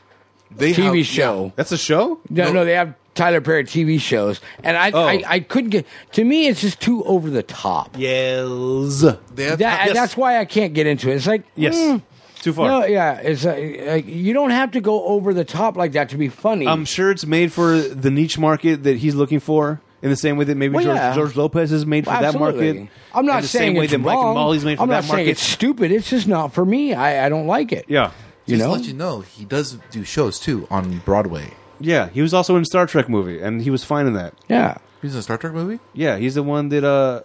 Speaker 2: They
Speaker 3: TV
Speaker 2: have-
Speaker 3: show.
Speaker 1: that's a show?
Speaker 3: No, no, they have Tyler Perry TV shows, and I, I,
Speaker 1: Oh.
Speaker 3: I couldn't get. To me, it's just too over the top.
Speaker 1: Yes.
Speaker 2: yeah, they have
Speaker 3: That,
Speaker 2: yes.
Speaker 3: That's why I can't get into it. It's like
Speaker 1: Yes.
Speaker 3: mm,
Speaker 1: Too far.
Speaker 3: no, yeah, it's like, like you don't have to go over the top like that to be funny.
Speaker 1: I'm Um, sure it's made for the niche market that he's looking for. In the same way that maybe
Speaker 3: Well,
Speaker 1: George,
Speaker 3: yeah.
Speaker 1: George Lopez is made for
Speaker 3: Absolutely.
Speaker 1: that market.
Speaker 3: I'm
Speaker 1: In
Speaker 3: not
Speaker 1: the
Speaker 3: saying
Speaker 1: same way
Speaker 3: it's
Speaker 1: that
Speaker 3: wrong.
Speaker 1: Mike and Molly's made for
Speaker 3: I'm
Speaker 1: that
Speaker 3: not saying
Speaker 1: market.
Speaker 3: it's stupid. It's just not for me. I, I don't like it.
Speaker 1: yeah,
Speaker 3: you
Speaker 2: Just to
Speaker 3: know.
Speaker 2: let you know, he does do shows too on Broadway.
Speaker 1: yeah. He was also in Star Trek movie, and he was fine in that.
Speaker 3: Yeah.
Speaker 2: He's in a Star Trek movie.
Speaker 1: Yeah, he's the one that uh,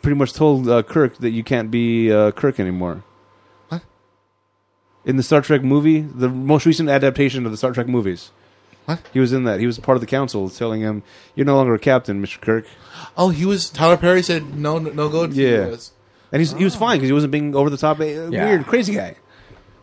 Speaker 1: pretty much told uh, Kirk that you can't be uh, Kirk anymore.
Speaker 2: What?
Speaker 1: In the Star Trek movie, the most recent adaptation of the Star Trek movies.
Speaker 2: What?
Speaker 1: He was in that. He was part of the council telling him, "You're no longer a captain, Mr. Kirk."
Speaker 2: Oh, he was Tyler Perry said no, no, no go. to
Speaker 1: Yeah.
Speaker 2: US.
Speaker 1: And he's, he was fine because he wasn't being over the top, uh, weird, crazy guy.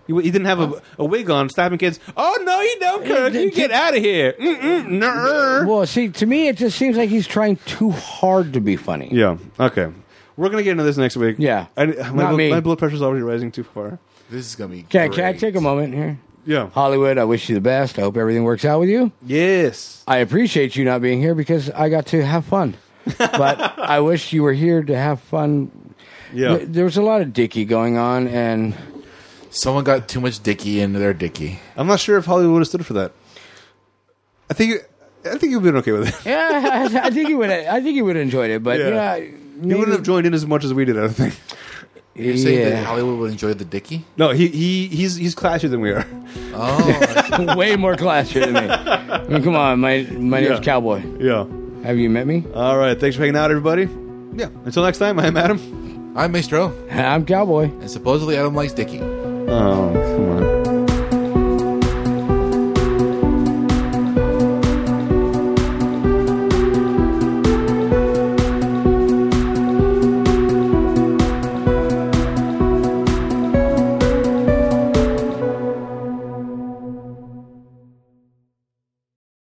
Speaker 1: He, he didn't have a, a wig on, stabbing kids. Oh no, you don't, Kirk! You get out of here! Mm-mm, nuh-uh."
Speaker 3: Well, see, to me, it just seems like he's trying too hard to be funny.
Speaker 1: Yeah. Okay. We're gonna get into this next week.
Speaker 3: Yeah.
Speaker 1: I, my,
Speaker 3: Not
Speaker 1: blood,
Speaker 3: me.
Speaker 1: my blood pressure's already rising too far.
Speaker 2: This is gonna be.
Speaker 3: Can, can I
Speaker 2: great.
Speaker 3: take a moment here?
Speaker 1: Yeah.
Speaker 3: Hollywood, I wish you the best. I hope everything works out with you.
Speaker 1: Yes.
Speaker 3: I appreciate you not being here because I got to have fun. but I wish you were here to have fun.
Speaker 1: Yeah.
Speaker 3: There- There was a lot of dicky going on, and
Speaker 2: Someone got too much Dicky in their Dicky.
Speaker 1: I'm not sure if Hollywood would have stood for that. I think I think you've been okay with it.
Speaker 3: yeah, I, I think he would. I think he would have enjoyed it. But
Speaker 1: Yeah.
Speaker 3: yeah,
Speaker 1: He wouldn't have joined in as much as we did. I don't think.
Speaker 2: You're saying that
Speaker 3: yeah.
Speaker 2: Hollywood would enjoy the Dicky?
Speaker 1: No, he, he he's he's clashier than we are.
Speaker 2: Oh,
Speaker 3: way more classier than me. I mean, come on, my my name's
Speaker 1: Yeah.
Speaker 3: Cowboy.
Speaker 1: Yeah.
Speaker 3: Have you met me?
Speaker 1: All right. Thanks for hanging out, everybody. Yeah. Until next time, I'm Adam.
Speaker 2: I'm Maestro,
Speaker 3: I'm Cowboy.
Speaker 2: and supposedly Adam likes Dicky.
Speaker 1: Oh, come on.